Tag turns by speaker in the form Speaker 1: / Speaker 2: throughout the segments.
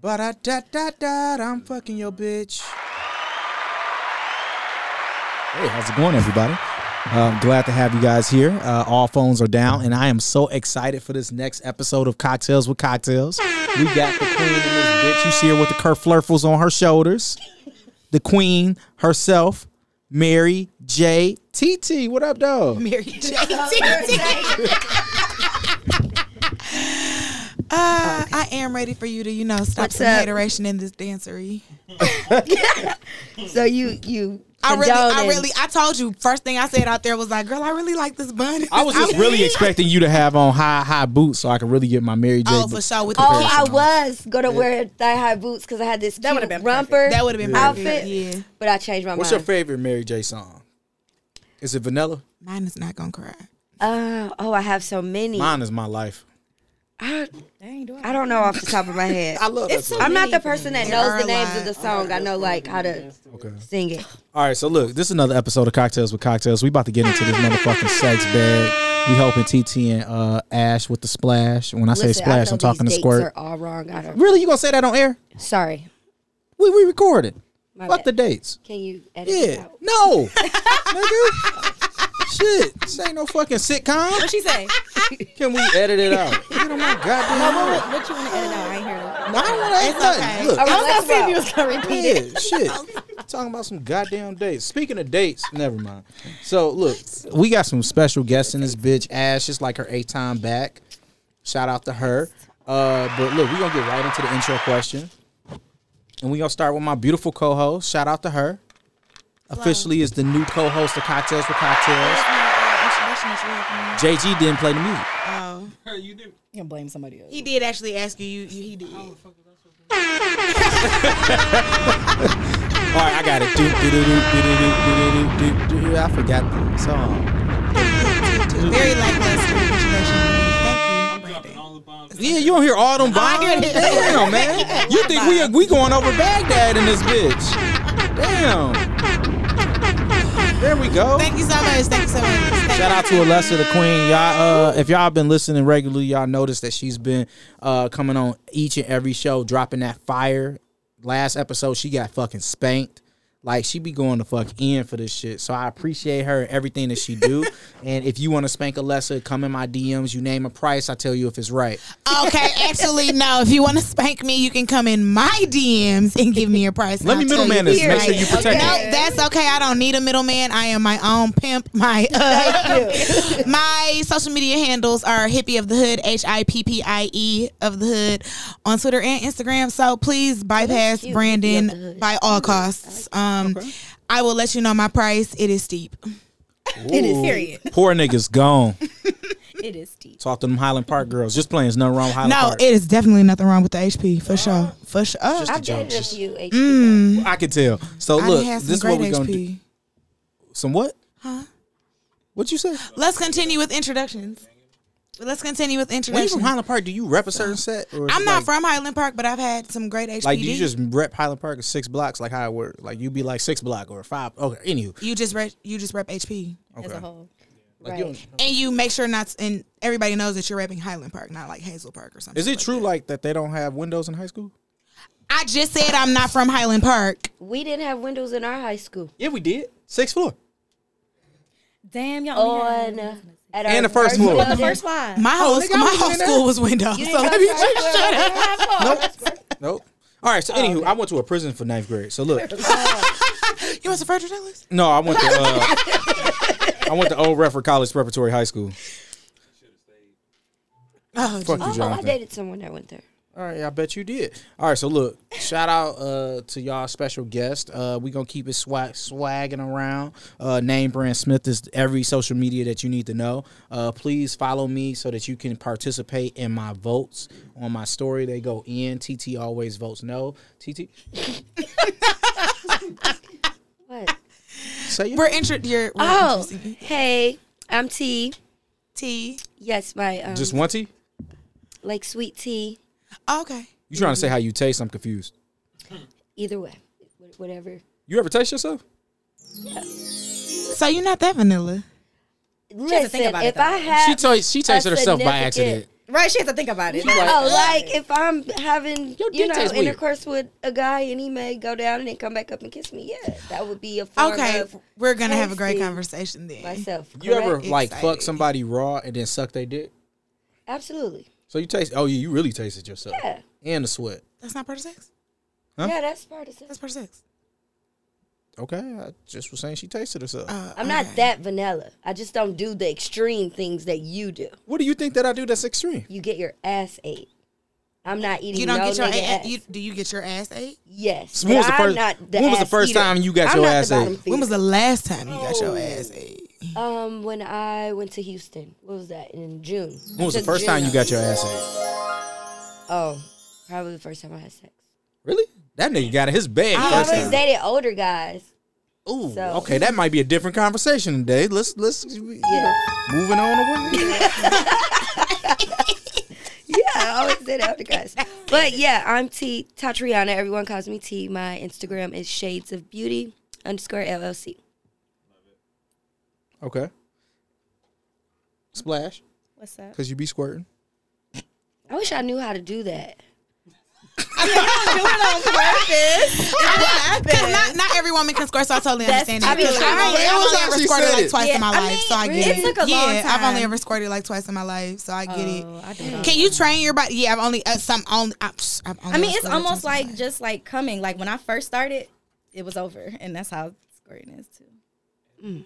Speaker 1: But I da da da, I'm fucking your bitch. Hey, how's it going, everybody? Uh, glad to have you guys here. Uh, all phones are down, and I am so excited for this next episode of Cocktails with Cocktails. We got the queen in this bitch. You see her with the kerflurfles on her shoulders. The queen herself, Mary J. TT. What up, dog?
Speaker 2: Mary J. Uh, I am ready for you to, you know, stop
Speaker 3: What's
Speaker 2: some
Speaker 3: up?
Speaker 2: hateration in this dancery.
Speaker 3: So you you
Speaker 2: I really, I
Speaker 3: condoning.
Speaker 2: really, I told you. First thing I said out there was like, "Girl, I really like this bun."
Speaker 1: I was just really expecting you to have on high, high boots so I could really get my Mary J.
Speaker 2: Oh,
Speaker 1: bu-
Speaker 2: for sure. With the
Speaker 3: Oh,
Speaker 2: kids.
Speaker 3: I was gonna wear thigh high boots because I had this
Speaker 4: That
Speaker 3: cute
Speaker 4: would've been
Speaker 3: romper.
Speaker 4: perfect.
Speaker 2: That would've been
Speaker 3: outfit,
Speaker 2: perfect, yeah.
Speaker 3: But I changed my
Speaker 1: What's your
Speaker 3: mind.
Speaker 1: favorite Mary J. song? Is it Vanilla?
Speaker 2: Mine is not gonna cry.
Speaker 3: uh, oh, I have so many.
Speaker 1: Mine is My Life.
Speaker 3: I,
Speaker 4: Dang, do I-
Speaker 3: I don't know off the top of my head.
Speaker 1: I love that song.
Speaker 3: I'm not the person that
Speaker 2: There
Speaker 3: knows
Speaker 2: are a
Speaker 3: the names of
Speaker 2: lot.
Speaker 3: the song. I know like how to sing it.
Speaker 1: All right, so look, this is another episode of Cocktails with Cocktails. We about to get into this motherfucking sex bag. We helping TT and uh, Ash with the splash. When I say
Speaker 3: Listen, I
Speaker 1: splash,
Speaker 3: know
Speaker 1: I'm talking to
Speaker 3: these dates
Speaker 1: Squirt.
Speaker 3: Are all wrong. I don't.
Speaker 1: Really, you gonna say that on air?
Speaker 3: Sorry.
Speaker 1: We we recorded.
Speaker 3: My
Speaker 1: Fuck
Speaker 3: bad.
Speaker 1: the dates.
Speaker 3: Can you edit it
Speaker 1: Yeah,
Speaker 3: out?
Speaker 1: no, nigga. Shit, this ain't no fucking sitcom.
Speaker 4: What she say?
Speaker 1: Can we edit it out? Get on my goddamn.
Speaker 4: what, what- what you want to edit out? I ain't hear that.
Speaker 1: No, I don't want to edit nothing.
Speaker 2: okay.
Speaker 1: Look,
Speaker 3: All right,
Speaker 4: I was
Speaker 3: let's
Speaker 4: gonna see if
Speaker 3: go.
Speaker 4: you was gonna repeat it.
Speaker 1: Yeah, shit. Talking about some goddamn dates. Speaking of dates, never mind. So look, we got some special guests in this bitch. Ash is like her eighth time back. Shout out to her. Uh, but look, we're gonna get right into the intro question. And we gonna start with my beautiful co-host. Shout out to her. Officially is the new co-host of Cocktails with Cocktails.
Speaker 4: uh,
Speaker 1: JG didn't play the music.
Speaker 2: Oh,
Speaker 4: You can blame somebody else.
Speaker 2: he did actually ask you. You, you he did.
Speaker 1: All right, I got it. Do, do, do, do, do, do, do, do, do, do. I forgot the song.
Speaker 2: Very lackluster introduction. Thank you.
Speaker 1: Yeah, you don't hear all them bombs?
Speaker 2: hear it.
Speaker 1: Damn, man. You think we we going over Baghdad in this bitch? Damn. There we go.
Speaker 2: Thank you so much. Thank you so much. Thank
Speaker 1: Shout out to Alessa the Queen. Y'all, uh, if y'all been listening regularly, y'all noticed that she's been uh, coming on each and every show, dropping that fire. Last episode, she got fucking spanked. Like she be going to fuck in for this shit. So I appreciate her and everything that she do. and if you want to spank Alessa, come in my DMs. You name a price, I tell you if it's right.
Speaker 2: Okay, actually, no. If you want to spank me, you can come in my DMs and give me a price. and
Speaker 1: Let me
Speaker 2: I'll tell
Speaker 1: middleman
Speaker 2: you
Speaker 1: this. Make sure
Speaker 2: right.
Speaker 1: you protect
Speaker 2: No,
Speaker 1: me.
Speaker 2: that's okay. I don't need a middleman. I am my own pimp. My uh, my social media handles are hippie of the hood, H I P P I E of the hood, on Twitter and Instagram. So please bypass
Speaker 3: cute, Hippie of the
Speaker 2: Brandon
Speaker 3: Hood. Mm-hmm.
Speaker 2: by all costs. Um, I will let you know my price. It is steep.
Speaker 4: It is period.
Speaker 1: Poor niggas gone.
Speaker 4: It is deep.
Speaker 1: Talk to them Highland Park girls. Just playing. There's nothing wrong with Highland
Speaker 2: No,
Speaker 1: Park.
Speaker 2: it is definitely nothing wrong with the HP for sure. For sure.
Speaker 3: I've dated a few. HP
Speaker 1: I could tell. So
Speaker 2: I done
Speaker 1: look,
Speaker 2: had
Speaker 1: this
Speaker 2: some
Speaker 1: is what
Speaker 2: great
Speaker 1: we're
Speaker 2: HP.
Speaker 1: gonna do. Some what? Huh? What you say?
Speaker 2: Let's continue with introductions. Let's continue with
Speaker 1: When you from
Speaker 2: introductions.
Speaker 1: Highland Park, do you rep a certain set? Or is
Speaker 2: I'm
Speaker 1: it
Speaker 2: not
Speaker 1: like,
Speaker 2: from Highland Park, but I've had some great HPD.
Speaker 1: Like, do you just rep Highland Park or six blocks? Like how it works? Like you be like six block or five? Okay, anywho.
Speaker 2: you just rep, you just rep HP,
Speaker 4: As a whole.
Speaker 1: Like, you
Speaker 3: Right.
Speaker 1: don't-
Speaker 2: and you make sure not and everybody knows that you're repping Highland Park, not like Hazel Park or something.
Speaker 1: Is it
Speaker 2: like
Speaker 1: true like that they don't have windows in high school?
Speaker 2: that. I just said I'm not from Highland Park.
Speaker 3: We didn't have windows in our high school.
Speaker 1: Yeah, we did. Sixth floor.
Speaker 4: Damn, y'all. only had-
Speaker 3: On at our
Speaker 1: And the first floor.
Speaker 4: On the
Speaker 3: building.
Speaker 4: first line.
Speaker 2: My whole
Speaker 1: Oh, nigga,
Speaker 2: school,
Speaker 1: I
Speaker 2: my
Speaker 1: wasn't
Speaker 2: whole
Speaker 1: in there.
Speaker 2: school was window.
Speaker 3: You
Speaker 2: So
Speaker 3: didn't
Speaker 2: let
Speaker 3: go
Speaker 2: me
Speaker 3: to first
Speaker 2: just
Speaker 3: floor.
Speaker 2: shut up.
Speaker 1: Nope. All right. So
Speaker 2: Oh,
Speaker 1: anywho, I went to a prison for ninth grade. So look,
Speaker 2: You want some Frederick Douglass?
Speaker 1: no, I went to uh, I went to Old Redford College Preparatory High School. Fuck
Speaker 2: Oh, geez.
Speaker 1: you,
Speaker 3: Oh, I
Speaker 1: Jonathan.
Speaker 3: dated someone that went there.
Speaker 1: All right, I bet you did. All right, so look, shout out uh, to y'all special guest. Uh, we gonna keep it swag swagging around. Uh, name brand Smith is every social media that you need to know. Uh, please follow me so that you can participate in my votes on my story. They go in. TT always votes no. TT,
Speaker 3: What?
Speaker 1: say your
Speaker 2: we're intro. You're we're
Speaker 3: Oh,
Speaker 2: introducing-
Speaker 3: hey, I'm T.
Speaker 2: T.
Speaker 3: Yes, my um,
Speaker 1: just one T.
Speaker 3: like sweet tea.
Speaker 2: Oh, okay.
Speaker 1: You trying to say how you taste? I'm confused.
Speaker 3: Either way, wh- whatever.
Speaker 1: You ever taste yourself?
Speaker 2: So you're not that vanilla.
Speaker 3: Listen,
Speaker 4: think about it,
Speaker 3: if I
Speaker 4: though.
Speaker 3: have
Speaker 1: She ta- she tasted
Speaker 3: a
Speaker 1: herself by
Speaker 3: significant-
Speaker 1: accident.
Speaker 4: Right, she has to think about it.
Speaker 3: No, like if I'm having
Speaker 1: Your
Speaker 3: you
Speaker 1: dick
Speaker 3: know
Speaker 1: tastes weird.
Speaker 3: intercourse with a guy and he may go down and then come back up and kiss me, yeah, that would be a
Speaker 1: Oh,
Speaker 3: form
Speaker 2: Okay,
Speaker 3: of
Speaker 2: we're gonna have a great
Speaker 3: tasting
Speaker 2: conversation then.
Speaker 3: myself.
Speaker 1: You ever
Speaker 3: correct?
Speaker 1: like fuck
Speaker 2: Excited.
Speaker 1: somebody raw and then suck their dick?
Speaker 3: Absolutely,
Speaker 1: So you taste? Oh yeah, you really tasted yourself
Speaker 3: yeah,
Speaker 1: and the sweat.
Speaker 2: That's not part of sex.
Speaker 1: Huh?
Speaker 3: yeah, that's part of sex.
Speaker 2: That's part of sex.
Speaker 1: Okay, I just was saying she tasted herself.
Speaker 2: Uh,
Speaker 3: I'm not that vanilla. I just don't do the extreme things that you do.
Speaker 1: what do you think that I do that's extreme?
Speaker 3: You get your ass ate. I'm not eating.
Speaker 2: You don't
Speaker 3: no
Speaker 2: get your
Speaker 3: nigga
Speaker 2: ass.
Speaker 3: ass.
Speaker 2: You, do you get your ass ate?
Speaker 3: yes.
Speaker 1: When was
Speaker 3: but
Speaker 1: the first-
Speaker 3: I'm not the
Speaker 1: when was the
Speaker 3: ass
Speaker 1: first
Speaker 3: eater.
Speaker 1: time you got
Speaker 3: I'm
Speaker 1: your
Speaker 3: not
Speaker 1: ass
Speaker 3: the bottom
Speaker 1: ate?
Speaker 2: When was
Speaker 3: feeder.
Speaker 2: the last time you got your ass ate?
Speaker 3: Um, when I went to Houston, what was that? In June.
Speaker 1: When was the
Speaker 3: Took
Speaker 1: first time
Speaker 3: June
Speaker 1: you got your ass ate?
Speaker 3: off. Oh, probably the first time I had sex.
Speaker 1: Really? That nigga got in his bag
Speaker 3: I
Speaker 1: first
Speaker 3: always
Speaker 1: time.
Speaker 3: dated older guys.
Speaker 1: Ooh,
Speaker 3: so-
Speaker 1: okay, that might be a different conversation today. Let's let's
Speaker 3: Yeah.
Speaker 1: moving on away.
Speaker 3: Yeah, I always did older guys. But yeah, I'm T Tatriana. Everyone calls me T. My Instagram is Shades of Beauty underscore LLC.
Speaker 1: okay. Splash,
Speaker 4: What's up?
Speaker 1: cause you be squirting.
Speaker 3: I wish I knew how to do that.
Speaker 2: Because not, not every woman can squirt, so I totally
Speaker 4: That's-
Speaker 2: understand
Speaker 4: I
Speaker 2: that.
Speaker 4: mean,
Speaker 2: 'Cause I've
Speaker 4: I
Speaker 2: only,
Speaker 1: mean,
Speaker 2: I've
Speaker 1: it was
Speaker 2: only
Speaker 1: how
Speaker 2: ever
Speaker 1: she
Speaker 2: squirted
Speaker 1: said
Speaker 2: like
Speaker 1: it.
Speaker 2: twice in my
Speaker 4: Yeah, I
Speaker 2: life, so I
Speaker 4: mean,
Speaker 2: get
Speaker 4: it
Speaker 2: it.
Speaker 4: took a long
Speaker 2: yeah, I've only
Speaker 4: time.
Speaker 2: ever squirted like twice in my life, so I get it.
Speaker 4: Oh, I don't know.
Speaker 2: Can you train your body? Yeah, I've only uh, some only. I've, I've only
Speaker 4: I
Speaker 2: ever
Speaker 4: mean, it's
Speaker 2: squirted
Speaker 4: almost
Speaker 2: twice in my
Speaker 4: like
Speaker 2: life.
Speaker 4: just like coming. Like when I first started, it was over, and that's how squirting is too. It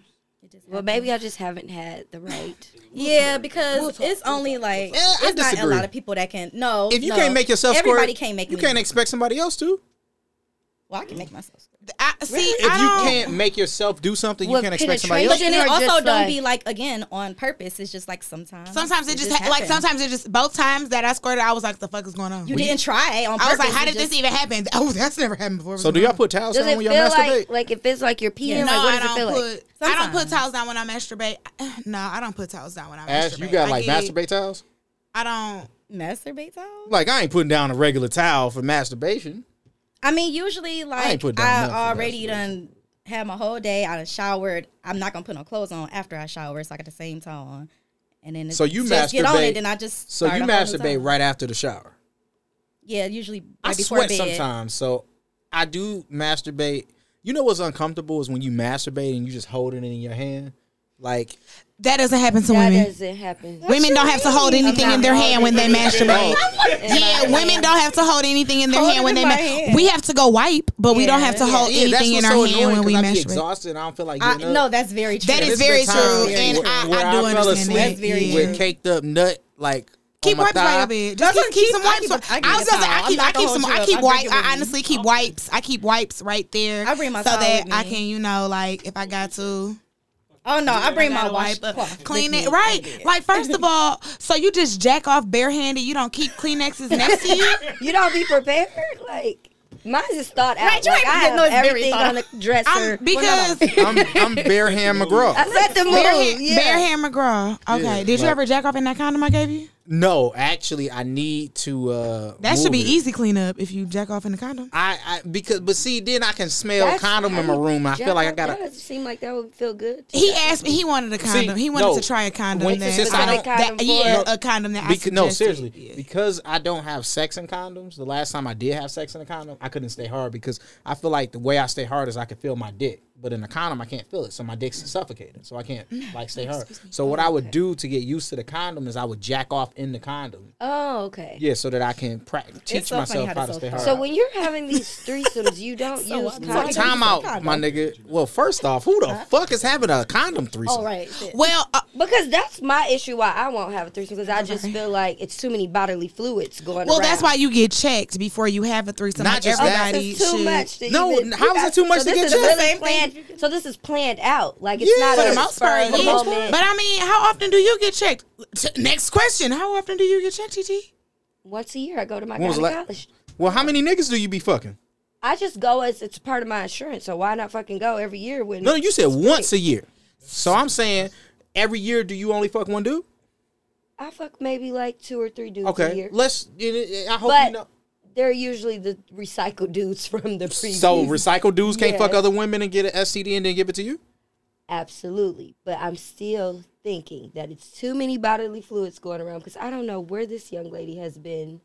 Speaker 4: just
Speaker 3: Well, maybe I just haven't had the right.
Speaker 4: Yeah, because it's only like
Speaker 1: Eh, I
Speaker 4: it's not a
Speaker 1: disagree.
Speaker 4: lot of people that can. No,
Speaker 1: If you
Speaker 4: no.
Speaker 1: can't make yourself
Speaker 4: everybody
Speaker 1: squirt,
Speaker 4: can't make
Speaker 1: you
Speaker 4: me.
Speaker 1: can't expect somebody else to.
Speaker 4: well, I can make myself. Squirt.
Speaker 2: I, see,
Speaker 1: If
Speaker 2: I
Speaker 1: you
Speaker 2: don't-
Speaker 1: can't make yourself do something, you
Speaker 3: With
Speaker 1: can't expect somebody
Speaker 4: But
Speaker 1: else.
Speaker 3: penetration- You
Speaker 4: then it
Speaker 3: are
Speaker 4: also
Speaker 3: just
Speaker 4: don't
Speaker 3: like-
Speaker 4: be like again on purpose. It's just like sometimes.
Speaker 2: Sometimes it just, ha- like
Speaker 4: happens.
Speaker 2: sometimes it just both times that I squirted, I was like, "The fuck is going on?"
Speaker 4: you didn't try on
Speaker 2: I
Speaker 4: purpose.
Speaker 2: was like, "How
Speaker 4: you
Speaker 2: did
Speaker 4: just-
Speaker 2: this even happen?" Oh, that's never happened before.
Speaker 1: So do y'all put towels
Speaker 3: Does
Speaker 1: down
Speaker 3: it
Speaker 1: when y'all
Speaker 3: feel
Speaker 1: masturbate?
Speaker 3: like like if it's like you're peeing?
Speaker 4: Yeah.
Speaker 2: No,
Speaker 3: like, what
Speaker 2: I
Speaker 3: does it feel
Speaker 2: don't put.
Speaker 3: like?
Speaker 2: I don't put
Speaker 4: Sometimes.
Speaker 2: towels down when I masturbate. No, I don't put towels down when I
Speaker 1: Ash,
Speaker 2: masturbate.
Speaker 1: you got
Speaker 2: I
Speaker 1: like
Speaker 2: get-
Speaker 1: masturbate towels?
Speaker 2: I don't.
Speaker 4: masturbate though?
Speaker 1: Like I ain't putting down a regular towel for masturbation.
Speaker 4: I mean, usually like
Speaker 1: put down
Speaker 4: I,
Speaker 1: nothing,
Speaker 4: already
Speaker 1: that's
Speaker 4: done had my whole day. I done showered. I'm not gonna put no clothes on after I shower, so I got the same towel on. And then
Speaker 1: So you
Speaker 4: just get on
Speaker 1: masturbate-
Speaker 4: it, then I just
Speaker 1: So you
Speaker 4: start a whole new
Speaker 1: masturbate
Speaker 4: towel.
Speaker 1: right after the shower.
Speaker 4: Yeah, usually right
Speaker 1: I
Speaker 4: before
Speaker 1: sweat
Speaker 4: bed.
Speaker 1: sometimes, so I do masturbate. You know what's uncomfortable is when you masturbate and you just holding it in your hand. Like
Speaker 2: That doesn't happen to
Speaker 3: That
Speaker 2: women.
Speaker 3: doesn't happen.
Speaker 2: Women don't have to hold anything in their hand when they masturbate.
Speaker 1: oh,
Speaker 3: In my
Speaker 2: Yeah, women don't have to hold anything in their
Speaker 4: Hold
Speaker 2: hand
Speaker 4: it
Speaker 2: when
Speaker 4: in
Speaker 2: they
Speaker 4: my
Speaker 2: ma-
Speaker 4: hand.
Speaker 2: We have to go wipe, but we don't have to hold
Speaker 1: yeah, that's
Speaker 2: anything in
Speaker 1: what's
Speaker 2: our
Speaker 1: so
Speaker 2: hand when
Speaker 1: annoying
Speaker 2: we
Speaker 1: 'cause I be
Speaker 2: masturbate.
Speaker 1: exhausted. and I don't feel like
Speaker 4: I,
Speaker 1: getting up.
Speaker 4: no, that's very true.
Speaker 2: That
Speaker 1: And
Speaker 2: is
Speaker 1: it's
Speaker 2: very
Speaker 1: been times
Speaker 2: true,
Speaker 1: where-
Speaker 2: and I,
Speaker 1: where
Speaker 2: I do
Speaker 1: fell
Speaker 2: understand
Speaker 1: asleep
Speaker 2: that.
Speaker 4: That's very
Speaker 2: yeah.
Speaker 4: true.
Speaker 1: with caked up nut like
Speaker 2: Keep
Speaker 1: on my
Speaker 2: wipes by
Speaker 1: thigh.
Speaker 2: your bed. Just
Speaker 4: That's
Speaker 2: keep, keep
Speaker 4: what
Speaker 2: some
Speaker 4: I
Speaker 2: wipes.
Speaker 4: keep-
Speaker 2: for-
Speaker 4: I keep
Speaker 2: I was just
Speaker 4: the
Speaker 2: saying,
Speaker 4: towel.
Speaker 2: I keep,
Speaker 4: I'm
Speaker 2: I
Speaker 4: not
Speaker 2: keep
Speaker 4: gonna
Speaker 2: some,
Speaker 4: hold you
Speaker 2: I
Speaker 4: up.
Speaker 2: keep
Speaker 4: I bring
Speaker 2: wipes.
Speaker 4: it with
Speaker 2: I
Speaker 4: me.
Speaker 2: honestly keep wipes. I keep wipes right there.
Speaker 4: I bring my
Speaker 2: so
Speaker 4: towel
Speaker 2: that
Speaker 4: with
Speaker 2: I
Speaker 4: me.
Speaker 2: can, you know, like if I got to
Speaker 4: Oh no, I bring
Speaker 2: gotta
Speaker 4: my washcloth.
Speaker 2: clean
Speaker 4: with
Speaker 2: it
Speaker 4: me.
Speaker 2: right. Like first of all, so you just jack off barehanded. You don't keep Kleenexes next to you.
Speaker 3: You don't be prepared? Like, mine just thought out.
Speaker 4: Right, you
Speaker 3: like,
Speaker 4: ain't-
Speaker 3: I have
Speaker 4: no, it's very
Speaker 3: everything
Speaker 4: thought
Speaker 3: on the dresser.
Speaker 2: I'm, because
Speaker 1: I'm, I'm bare hand
Speaker 3: I
Speaker 1: McGraw.
Speaker 3: set
Speaker 2: Bare,
Speaker 3: the mood.
Speaker 2: hand,
Speaker 3: Oh, Yeah.
Speaker 2: bare hand McGraw. Okay.
Speaker 1: Yeah,
Speaker 2: Did you
Speaker 1: like-
Speaker 2: ever jack off in that condom I gave you?
Speaker 1: No, actually, I need to. uh
Speaker 2: That should
Speaker 1: move
Speaker 2: be
Speaker 1: it.
Speaker 2: easy cleanup if you jack off in the condom.
Speaker 1: I, I because but see then I can smell
Speaker 3: That's-
Speaker 1: condom in my room. I feel like I
Speaker 3: That
Speaker 1: gotta.
Speaker 3: doesn't seem like that would feel good. to
Speaker 2: He
Speaker 3: me.
Speaker 2: asked me. He wanted a condom. he wanted
Speaker 1: no,
Speaker 2: to try a condom.
Speaker 1: when-
Speaker 2: that,
Speaker 1: since
Speaker 2: I
Speaker 1: I
Speaker 2: don't,
Speaker 3: don't-
Speaker 2: that-
Speaker 3: condom
Speaker 2: yeah,
Speaker 3: boy.
Speaker 2: a condom that I
Speaker 1: Because, no,
Speaker 2: suggested.
Speaker 1: seriously,
Speaker 2: Yeah.
Speaker 1: because I don't have sex in condoms. The last time I did have sex in a condom, I couldn't stay hard because I feel like the way I stay hard is I can feel my dick, but in a condom I can't feel it, so my dick's suffocating, so I can't like stay hard. So what I would do to get used to the condom is I would jack off in the condom,
Speaker 3: Oh, okay.
Speaker 1: yeah, so that I can pra- teach
Speaker 4: so funny
Speaker 1: myself
Speaker 4: how
Speaker 1: how
Speaker 4: that's
Speaker 1: to
Speaker 4: so
Speaker 1: stay hard.
Speaker 4: funny.
Speaker 3: So when you're having these threesomes, you don't use condoms.
Speaker 1: time out, my nigga. Well, first off, who the fuck is having a condom threesome?
Speaker 4: All right. shit.
Speaker 2: Well, uh,
Speaker 3: Because that's my issue why I won't have a threesome because I just feel like it's too many bodily fluids going
Speaker 2: well,
Speaker 3: around.
Speaker 2: that's why you get checked before you have a threesome.
Speaker 1: Not
Speaker 2: Like,
Speaker 1: just that.
Speaker 2: everybody
Speaker 3: It's too
Speaker 2: should-
Speaker 3: much. that
Speaker 1: No,
Speaker 3: you
Speaker 1: n-
Speaker 3: did-
Speaker 1: how
Speaker 3: you
Speaker 1: is it
Speaker 3: got-
Speaker 1: too much
Speaker 3: so
Speaker 1: to
Speaker 3: this
Speaker 1: get
Speaker 3: is
Speaker 1: you?
Speaker 3: really
Speaker 4: Same thing.
Speaker 3: planned- So this is planned out. Like it's
Speaker 1: Yeah.
Speaker 3: not
Speaker 1: For the
Speaker 3: a
Speaker 1: most
Speaker 3: spur
Speaker 2: part,
Speaker 3: of the
Speaker 2: yeah.
Speaker 3: moment.
Speaker 2: But I mean, how often do you get checked? T- Next question: How often do you get checked, TT?
Speaker 3: once a year I go to my
Speaker 1: When was the la-
Speaker 3: gynecologist.
Speaker 1: Well, how many niggas do you be fucking?
Speaker 3: I just go as it's part of my insurance, so why not fucking go every year when
Speaker 1: No, you said once a year. So I'm saying every year, do you only fuck one dude?
Speaker 3: I fuck maybe like two or three dudes a
Speaker 1: Okay,
Speaker 3: year.
Speaker 1: let's. I hope you
Speaker 3: But
Speaker 1: know.
Speaker 3: they're usually the recycled dudes from the previous.
Speaker 1: So recycled dudes can't fuck
Speaker 3: Yes.
Speaker 1: other women and get an STD and then give it to you.
Speaker 3: Absolutely. But I'm still thinking that it's too many bodily fluids going around because I don't know where this young lady has been.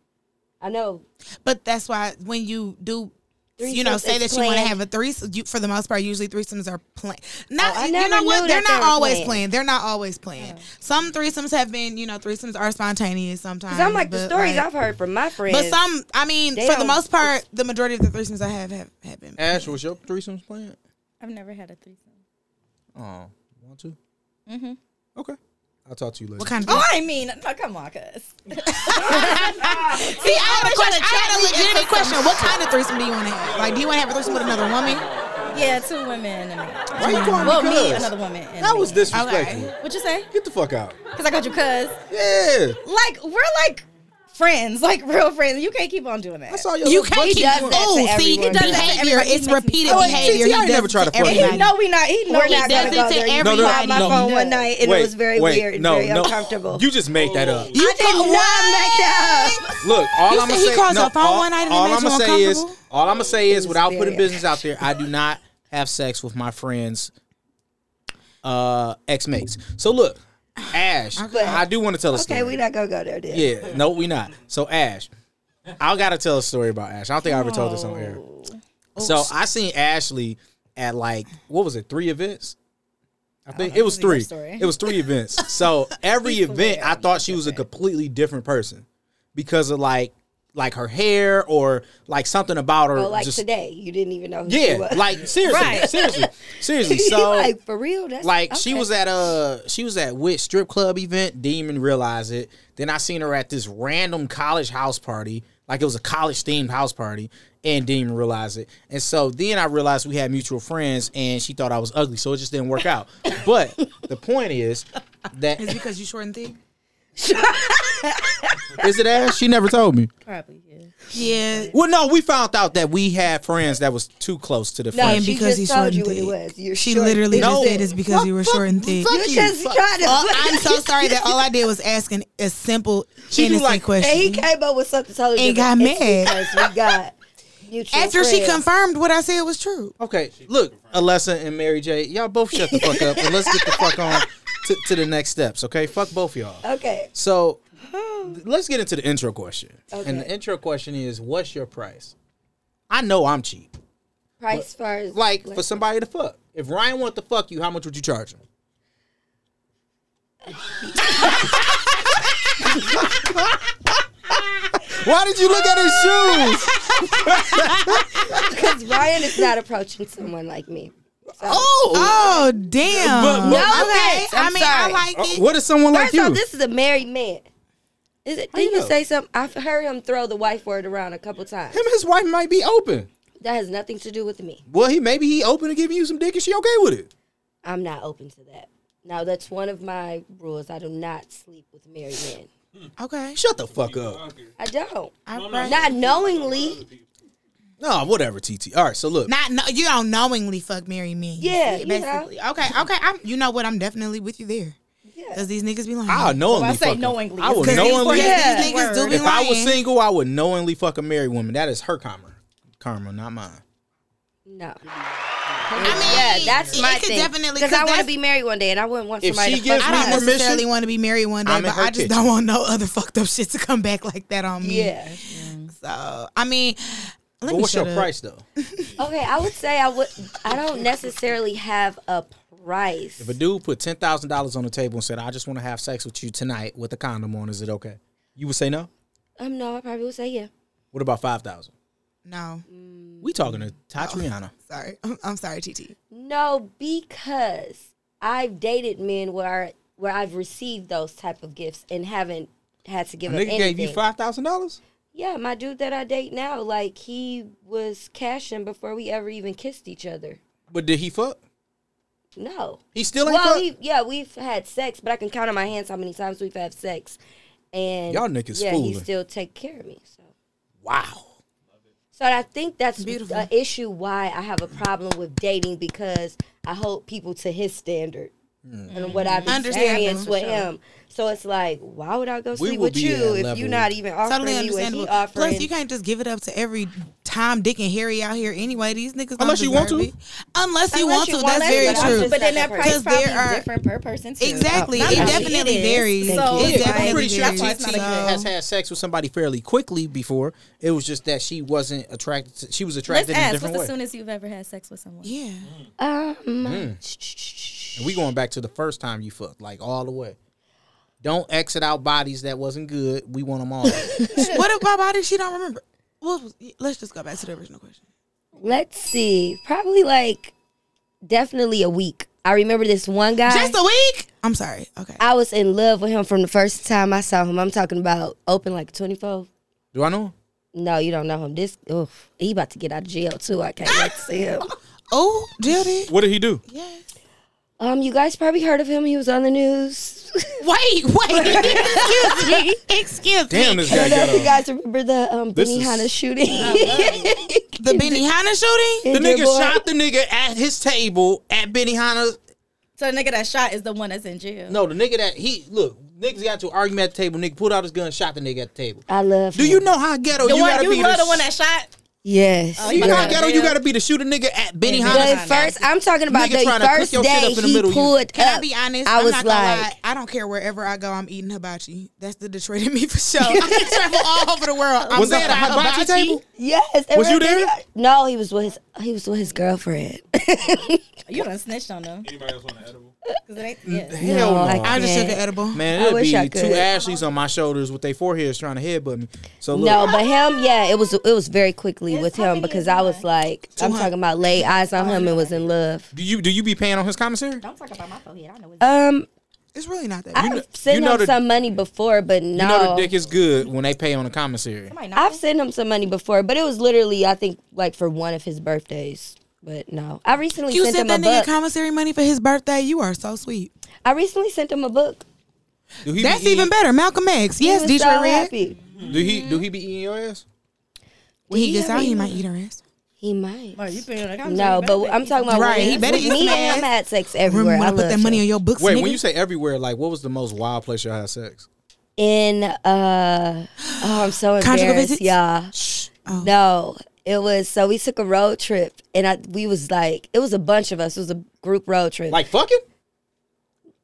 Speaker 3: I know
Speaker 2: But that's why when you do, you
Speaker 3: Threesomes
Speaker 2: know, say
Speaker 3: is
Speaker 2: that you want to
Speaker 3: planned.
Speaker 2: have a threesome. You, for the most part, usually threesomes are planned. Not
Speaker 3: Oh, I
Speaker 2: you
Speaker 3: never
Speaker 2: know what?
Speaker 3: knew
Speaker 2: They're
Speaker 3: that
Speaker 2: not
Speaker 3: they were Oh.
Speaker 2: always planned.
Speaker 3: planned.
Speaker 2: They're not always planned. Some threesomes have been, you know, threesomes are spontaneous sometimes.
Speaker 3: because I'm like the
Speaker 2: but,
Speaker 3: stories
Speaker 2: like-
Speaker 3: I've heard from my friends.
Speaker 2: But some, I mean,
Speaker 3: They
Speaker 2: for the
Speaker 3: don't-
Speaker 2: most part, the majority of the threesomes I have have, have been.
Speaker 1: Ash, was your threesomes planned?
Speaker 4: I've never had a threesome.
Speaker 1: Oh, want to? Mm-hmm. Okay. I'll talk to you later.
Speaker 2: What kind of?
Speaker 4: Oh, I mean, no, come on, cuz.
Speaker 2: See, I had a question. I had a legitimate question. What kind of threesome do you want to have? Like, do you want to have a threesome with another woman?
Speaker 4: Yeah, two women and a man.
Speaker 1: Why you calling
Speaker 4: Well,
Speaker 1: me
Speaker 4: me,
Speaker 1: cuz?
Speaker 4: another woman. And
Speaker 1: That was
Speaker 4: me.
Speaker 1: disrespectful.
Speaker 2: Okay.
Speaker 4: What you say?
Speaker 1: Get the fuck out.
Speaker 4: Because I called you cuz.
Speaker 1: Yeah.
Speaker 4: Like, we're like friends, like real friends. You can't keep on doing that.
Speaker 1: I saw your
Speaker 2: You
Speaker 1: little
Speaker 2: can't
Speaker 1: budget
Speaker 2: keep.
Speaker 3: does that to
Speaker 2: Oh, see,
Speaker 3: everyone. He does
Speaker 4: that to
Speaker 2: behavior.
Speaker 4: everybody.
Speaker 2: It's
Speaker 4: He makes me
Speaker 2: repeated
Speaker 4: Oh, and
Speaker 1: TTI
Speaker 2: behavior. He does
Speaker 1: never
Speaker 2: it
Speaker 1: tried to flirt with
Speaker 4: he
Speaker 1: me.
Speaker 2: everybody.
Speaker 4: know we not. He know
Speaker 2: Well,
Speaker 4: we're
Speaker 2: he
Speaker 4: not
Speaker 2: does
Speaker 4: gonna
Speaker 2: it
Speaker 4: go
Speaker 2: to
Speaker 4: there. You
Speaker 2: everybody.
Speaker 4: tried my
Speaker 1: No.
Speaker 4: phone
Speaker 3: One
Speaker 4: one
Speaker 3: night and it was very weird and very uncomfortable. "Oh,
Speaker 1: You just made that up.
Speaker 2: You
Speaker 4: I did
Speaker 2: call-
Speaker 4: not make that up.
Speaker 1: Look, all I'm
Speaker 2: You
Speaker 1: gonna
Speaker 2: said he
Speaker 1: say,
Speaker 2: calls
Speaker 1: no,
Speaker 2: your phone
Speaker 1: all,
Speaker 2: one night and it
Speaker 1: all
Speaker 2: made
Speaker 1: I'm
Speaker 2: you
Speaker 1: gonna say is,
Speaker 2: uncomfortable?
Speaker 1: all I'm gonna say is,
Speaker 3: was
Speaker 1: without
Speaker 3: very
Speaker 1: putting business out there, I do not have sex with my friends, uh, ex mates. So look, Ash, I do want to tell a story.
Speaker 3: okay, we're not gonna go there then.
Speaker 1: Yeah, no, we not. So Ash, I gotta tell a story about Ash. I don't think I ever told this on air.
Speaker 3: Oh.
Speaker 1: So I seen Ashley at like what was it? Three events. I think
Speaker 3: Oh,
Speaker 1: it was
Speaker 4: This is your
Speaker 1: three.
Speaker 4: story.
Speaker 1: It was three events. So every event, I thought she was a completely different person because of like like her hair or like something about her.
Speaker 3: But Oh, like
Speaker 1: just,
Speaker 3: today, you didn't even know who she
Speaker 1: yeah,
Speaker 3: was.
Speaker 1: like seriously,
Speaker 4: Right.
Speaker 1: seriously, seriously.
Speaker 3: You
Speaker 1: So
Speaker 3: like for real, that's
Speaker 1: like she
Speaker 3: okay.
Speaker 1: was at a she was at which strip club event. Demon realized it. Then I seen her at this random college house party. Like it was a college themed house party, and Demon realized it. And so then I realized we had mutual friends, and she thought I was ugly, so it just didn't work out. but the point is that
Speaker 2: It's because you short and thick.
Speaker 1: is it ass? She never told me.
Speaker 4: Probably. Yeah.
Speaker 2: Yeah.
Speaker 1: Well, no, we found out that we had friends that was too close to the
Speaker 3: No,
Speaker 1: friend.
Speaker 2: And
Speaker 3: she
Speaker 2: because
Speaker 3: just
Speaker 2: he's short
Speaker 3: told you
Speaker 2: and
Speaker 3: what it
Speaker 2: thick.
Speaker 3: was. You're
Speaker 2: She
Speaker 3: short and
Speaker 2: literally
Speaker 3: thick.
Speaker 1: No.
Speaker 2: just said it's because you were
Speaker 1: Fuck-
Speaker 2: short and thick.
Speaker 1: fuck
Speaker 3: You
Speaker 1: you.
Speaker 3: just
Speaker 1: Fuck-
Speaker 3: tried to.
Speaker 2: Oh, I'm so sorry that all I did was ask an, a simple,
Speaker 1: She do
Speaker 2: innocent
Speaker 1: like-
Speaker 2: question.
Speaker 3: And he came up with something totally
Speaker 2: And
Speaker 3: different.
Speaker 2: got
Speaker 3: It's
Speaker 2: mad.
Speaker 3: because we got mutual
Speaker 2: After she
Speaker 3: friends.
Speaker 2: confirmed what I said was true.
Speaker 1: Okay, look, Alessa and Mary J, y'all both shut the fuck up and let's get the fuck on to, to the next steps, okay? Fuck both y'all.
Speaker 3: Okay.
Speaker 1: So th- let's get into the intro question. And the intro question is what's your price? I know I'm cheap.
Speaker 3: Price first.
Speaker 1: Like for somebody to fuck. If Ryan wanted to fuck you, how much would you charge him? Why did you look at his shoes?
Speaker 3: Because Ryan is not approaching someone like me.
Speaker 1: Oh,
Speaker 2: Oh, damn.
Speaker 1: But- but- No
Speaker 2: okay.
Speaker 3: offense.
Speaker 2: I
Speaker 3: I'm
Speaker 2: mean, I
Speaker 3: sorry.
Speaker 2: like
Speaker 1: Uh,
Speaker 2: it.
Speaker 1: what is someone like
Speaker 3: First
Speaker 1: you?
Speaker 3: off, this is a married man. Is it,
Speaker 1: you
Speaker 3: did you
Speaker 1: know?
Speaker 3: say something? I've heard him throw the wife word around a couple times.
Speaker 1: him and his wife might be open.
Speaker 3: That has nothing to do with me.
Speaker 1: Well, he maybe he open to giving you some dick and she okay with it.
Speaker 3: I'm not open to that. Now, that's one of my rules. I do not sleep with married men.
Speaker 1: Oh,
Speaker 2: Okay.
Speaker 1: Shut the fuck up.
Speaker 3: I don't.
Speaker 2: All right.
Speaker 3: Not knowingly.
Speaker 1: No, whatever, TT. All right, so look.
Speaker 2: Not no, you don't knowingly fuck marry me.
Speaker 3: Yeah, you know.
Speaker 2: basically. Okay, okay. I'm, you know what? I'm definitely with you there.
Speaker 3: Yeah.
Speaker 2: Cause these niggas be lying.
Speaker 1: I'll knowingly
Speaker 4: Well, I say
Speaker 1: fuck her.
Speaker 4: knowingly.
Speaker 1: I will
Speaker 4: It's 'cause
Speaker 2: these-
Speaker 1: knowingly.
Speaker 2: yeah, these
Speaker 4: Yeah.
Speaker 2: niggas do be
Speaker 1: If I was
Speaker 2: lying.
Speaker 1: single, I would knowingly fuck a married woman. That is her karma. Karma, not mine.
Speaker 3: No.
Speaker 2: mean,
Speaker 3: yeah, that's
Speaker 2: it-
Speaker 3: my
Speaker 2: it could
Speaker 3: thing.
Speaker 2: definitely-
Speaker 3: because
Speaker 2: 'cause
Speaker 3: I want
Speaker 2: that's-
Speaker 3: to be married one day, and I wouldn't want
Speaker 1: If
Speaker 3: somebody
Speaker 1: she
Speaker 3: to fuck
Speaker 1: gives
Speaker 2: I
Speaker 1: me
Speaker 2: don't
Speaker 3: me. up.
Speaker 1: permission-
Speaker 2: necessarily want to be married one day,
Speaker 1: I'm in
Speaker 2: but
Speaker 1: her
Speaker 2: I just
Speaker 1: kitchen.
Speaker 2: don't want no other fucked up shit to come back like that on me.
Speaker 3: Yeah.
Speaker 2: So I mean, let
Speaker 1: But
Speaker 2: me
Speaker 1: what's your
Speaker 2: shut up.
Speaker 1: price though?
Speaker 3: Okay, I would say I would. I don't necessarily have a price.
Speaker 1: If a dude put ten thousand dollars on the table and said, "I just want to have sex with you tonight with a condom on," is it okay? You would say no.
Speaker 3: Um, no, I probably would say yeah.
Speaker 1: What about five thousand?
Speaker 2: No,
Speaker 1: We talking to Tatriana.
Speaker 2: sorry. I'm, I'm sorry, TT.
Speaker 3: No, because I've dated men where where I've received those type of gifts and haven't had to give
Speaker 1: A
Speaker 3: up
Speaker 1: nigga
Speaker 3: anything.
Speaker 1: gave you five thousand dollars.
Speaker 3: Yeah, my dude that I date now, like he was cashing before we ever even kissed each other.
Speaker 1: But did he fuck?
Speaker 3: No.
Speaker 1: He still ain't
Speaker 3: well,
Speaker 1: fuck.
Speaker 3: we, yeah, we've had sex, but I can count on my hands how many times we've had sex. And
Speaker 1: Y'all niggas
Speaker 3: yeah, he
Speaker 1: fooling.
Speaker 3: still take care of me. So,
Speaker 1: wow.
Speaker 3: so I think that's
Speaker 2: Beautiful.
Speaker 3: the issue why I have a problem with dating because I hold people to his standard and what I've
Speaker 2: Hmm. Understandable,
Speaker 3: experienced
Speaker 2: for
Speaker 3: with him. So it's like, why would I go sleep
Speaker 1: will
Speaker 3: with
Speaker 1: be at
Speaker 3: you if
Speaker 1: level-
Speaker 3: you're not even offering
Speaker 2: Totally
Speaker 3: me what he
Speaker 2: understandable.
Speaker 3: offering?
Speaker 2: Plus, you can't just give it up to every Tom, Dick, and Harry out here anyway. These niggas don't
Speaker 1: Unless you want
Speaker 2: deserve
Speaker 1: to.
Speaker 2: it. unless you
Speaker 3: Unless
Speaker 2: want
Speaker 3: you
Speaker 2: to.
Speaker 3: want
Speaker 2: That's
Speaker 3: to,
Speaker 2: very
Speaker 3: but I'm
Speaker 2: true.
Speaker 3: just-
Speaker 4: But then that
Speaker 3: Because
Speaker 4: price probably
Speaker 2: there are-
Speaker 4: different per person too.
Speaker 2: Exactly,
Speaker 4: Not
Speaker 2: it
Speaker 4: much.
Speaker 2: definitely
Speaker 4: is.
Speaker 2: varies.
Speaker 4: So
Speaker 2: It
Speaker 1: Yeah, I'm
Speaker 2: definitely
Speaker 1: pretty sure
Speaker 2: varies.
Speaker 1: Gigi has had sex with somebody fairly quickly before. It was just that she wasn't attracted. To, she was
Speaker 5: Let's
Speaker 1: attracted in a
Speaker 5: ask.
Speaker 1: different
Speaker 5: What's the
Speaker 1: way.
Speaker 5: soonest you've ever had sex with someone?
Speaker 2: Yeah.
Speaker 3: Um,
Speaker 2: Hmm.
Speaker 1: And we going back to the first time you fucked, like all the way. Don't exit out bodies that wasn't good. We want them all.
Speaker 2: what about body she don't remember? What was, let's just go back to the original question.
Speaker 3: let's see. Probably like definitely a week. I remember this one guy.
Speaker 2: Just a week? I'm sorry. Okay.
Speaker 3: I was in love with him from the first time I saw him. I'm talking about open like 24.
Speaker 1: Do I know? him?
Speaker 3: No, you don't know him. This, oh, he about to get out of jail too. I can't wait to see him.
Speaker 2: Oh, Jody.
Speaker 1: What did he do?
Speaker 2: Yes.
Speaker 3: Um, you guys probably heard of him. He was on the news.
Speaker 2: Wait, wait. Excuse me. Excuse
Speaker 1: Damn,
Speaker 2: me.
Speaker 1: this
Speaker 3: I
Speaker 1: guy got
Speaker 3: don't know if you
Speaker 1: on.
Speaker 3: guys remember the um,
Speaker 1: This
Speaker 3: Benny
Speaker 1: is-
Speaker 3: Hanna shooting.
Speaker 2: The Benihana shooting?
Speaker 1: The nigga
Speaker 3: boy.
Speaker 1: shot the nigga at his table at Benny Hanna's.
Speaker 4: So the nigga that shot is the one that's in jail.
Speaker 1: No, the nigga that he look, niggas got to an argument at the table. Nigga pulled out his gun, shot the nigga at the table.
Speaker 3: I love
Speaker 1: Do
Speaker 3: him.
Speaker 1: you know how ghetto
Speaker 4: The
Speaker 1: you
Speaker 4: one
Speaker 1: gotta
Speaker 4: you
Speaker 1: be?
Speaker 4: love
Speaker 1: to
Speaker 4: the one
Speaker 1: sh-
Speaker 4: that shot.
Speaker 3: Yes.
Speaker 2: Oh,
Speaker 4: you
Speaker 1: you know how
Speaker 4: Yeah.
Speaker 1: ghetto you gotta be to shoot a nigga at Benny
Speaker 3: The
Speaker 1: Hanna's.
Speaker 3: first, I'm talking about
Speaker 1: Nigga
Speaker 3: the
Speaker 1: tryna cook
Speaker 3: first
Speaker 1: your shit up
Speaker 3: day
Speaker 1: in the
Speaker 3: he
Speaker 1: middle, you-
Speaker 3: pulled
Speaker 2: Can
Speaker 3: up.
Speaker 2: I be honest?
Speaker 3: I
Speaker 2: I'm
Speaker 3: was
Speaker 2: not gonna
Speaker 3: like,
Speaker 2: lie. I don't care wherever I go. I'm eating hibachi. That's the Detroit in me for sure. I travel all over the world. I'm
Speaker 1: Was that
Speaker 2: saying
Speaker 1: a hibachi table?
Speaker 3: yes.
Speaker 1: Was you
Speaker 3: everything-
Speaker 1: there?
Speaker 3: No, he was with his, he was with his girlfriend.
Speaker 4: You done snitched on them.
Speaker 6: Anybody else want an edible?
Speaker 4: 'Cause it ain't- yeah.
Speaker 1: Hell
Speaker 3: No, I
Speaker 1: no.
Speaker 2: I just took
Speaker 3: can't.
Speaker 2: an edible.
Speaker 1: Man,
Speaker 3: I
Speaker 1: it'd
Speaker 3: wish I
Speaker 1: be
Speaker 3: could.
Speaker 1: two Ashleys on my shoulders with their foreheads trying to headbutt me. So look,
Speaker 3: No, but him, yeah, it was it was very quickly with him because I was like, I'm talking about laid eyes on him and was in love.
Speaker 1: do you do you be paying on his commissary?
Speaker 4: Don't talk about my forehead. I know it's
Speaker 3: Um,
Speaker 2: It's really not that.
Speaker 3: I've
Speaker 2: bad.
Speaker 3: sent
Speaker 1: you know
Speaker 3: him
Speaker 1: the-
Speaker 3: some money before, but
Speaker 1: You know
Speaker 3: no,
Speaker 1: the dick is good when they pay on the commissary.
Speaker 4: might not.
Speaker 3: I've sent him some money before, but it was literally I think like for one of his birthdays. But no, I recently
Speaker 2: You
Speaker 3: sent
Speaker 2: sent
Speaker 3: him
Speaker 2: that
Speaker 3: a
Speaker 2: nigga
Speaker 3: book.
Speaker 2: commissary money for his birthday. You are so sweet.
Speaker 3: I recently sent him a book.
Speaker 1: Do he
Speaker 2: That's
Speaker 1: be
Speaker 2: even better. Malcolm X.
Speaker 3: He
Speaker 2: Yes,
Speaker 3: was so
Speaker 2: Detroit Red.
Speaker 3: happy.
Speaker 1: better. Do he do he be eating your ass?
Speaker 2: When he gets
Speaker 3: Yeah,
Speaker 2: out, he
Speaker 3: he-
Speaker 2: might eat her ass.
Speaker 3: He might.
Speaker 4: Well, you been on a commentary,
Speaker 3: No,
Speaker 4: you
Speaker 3: but
Speaker 4: better
Speaker 3: I'm
Speaker 4: be.
Speaker 3: talking about
Speaker 2: Right, he
Speaker 3: when-
Speaker 2: better
Speaker 3: with
Speaker 2: get
Speaker 3: me
Speaker 2: some
Speaker 3: and him
Speaker 2: ass.
Speaker 3: had sex
Speaker 2: Remember
Speaker 3: everywhere.
Speaker 2: when I
Speaker 3: I
Speaker 2: put that money on your books,
Speaker 1: Wait,
Speaker 2: nigga?
Speaker 1: when you say everywhere, like what was the most wild place you had sex?
Speaker 3: in uh oh I'm so
Speaker 2: Conjugal
Speaker 3: embarrassed,
Speaker 2: visits?
Speaker 3: y'all.
Speaker 2: Oh.
Speaker 3: No, it was so we took a road trip and I we was like it was a bunch of us. It was a group road trip.
Speaker 1: Like fucking?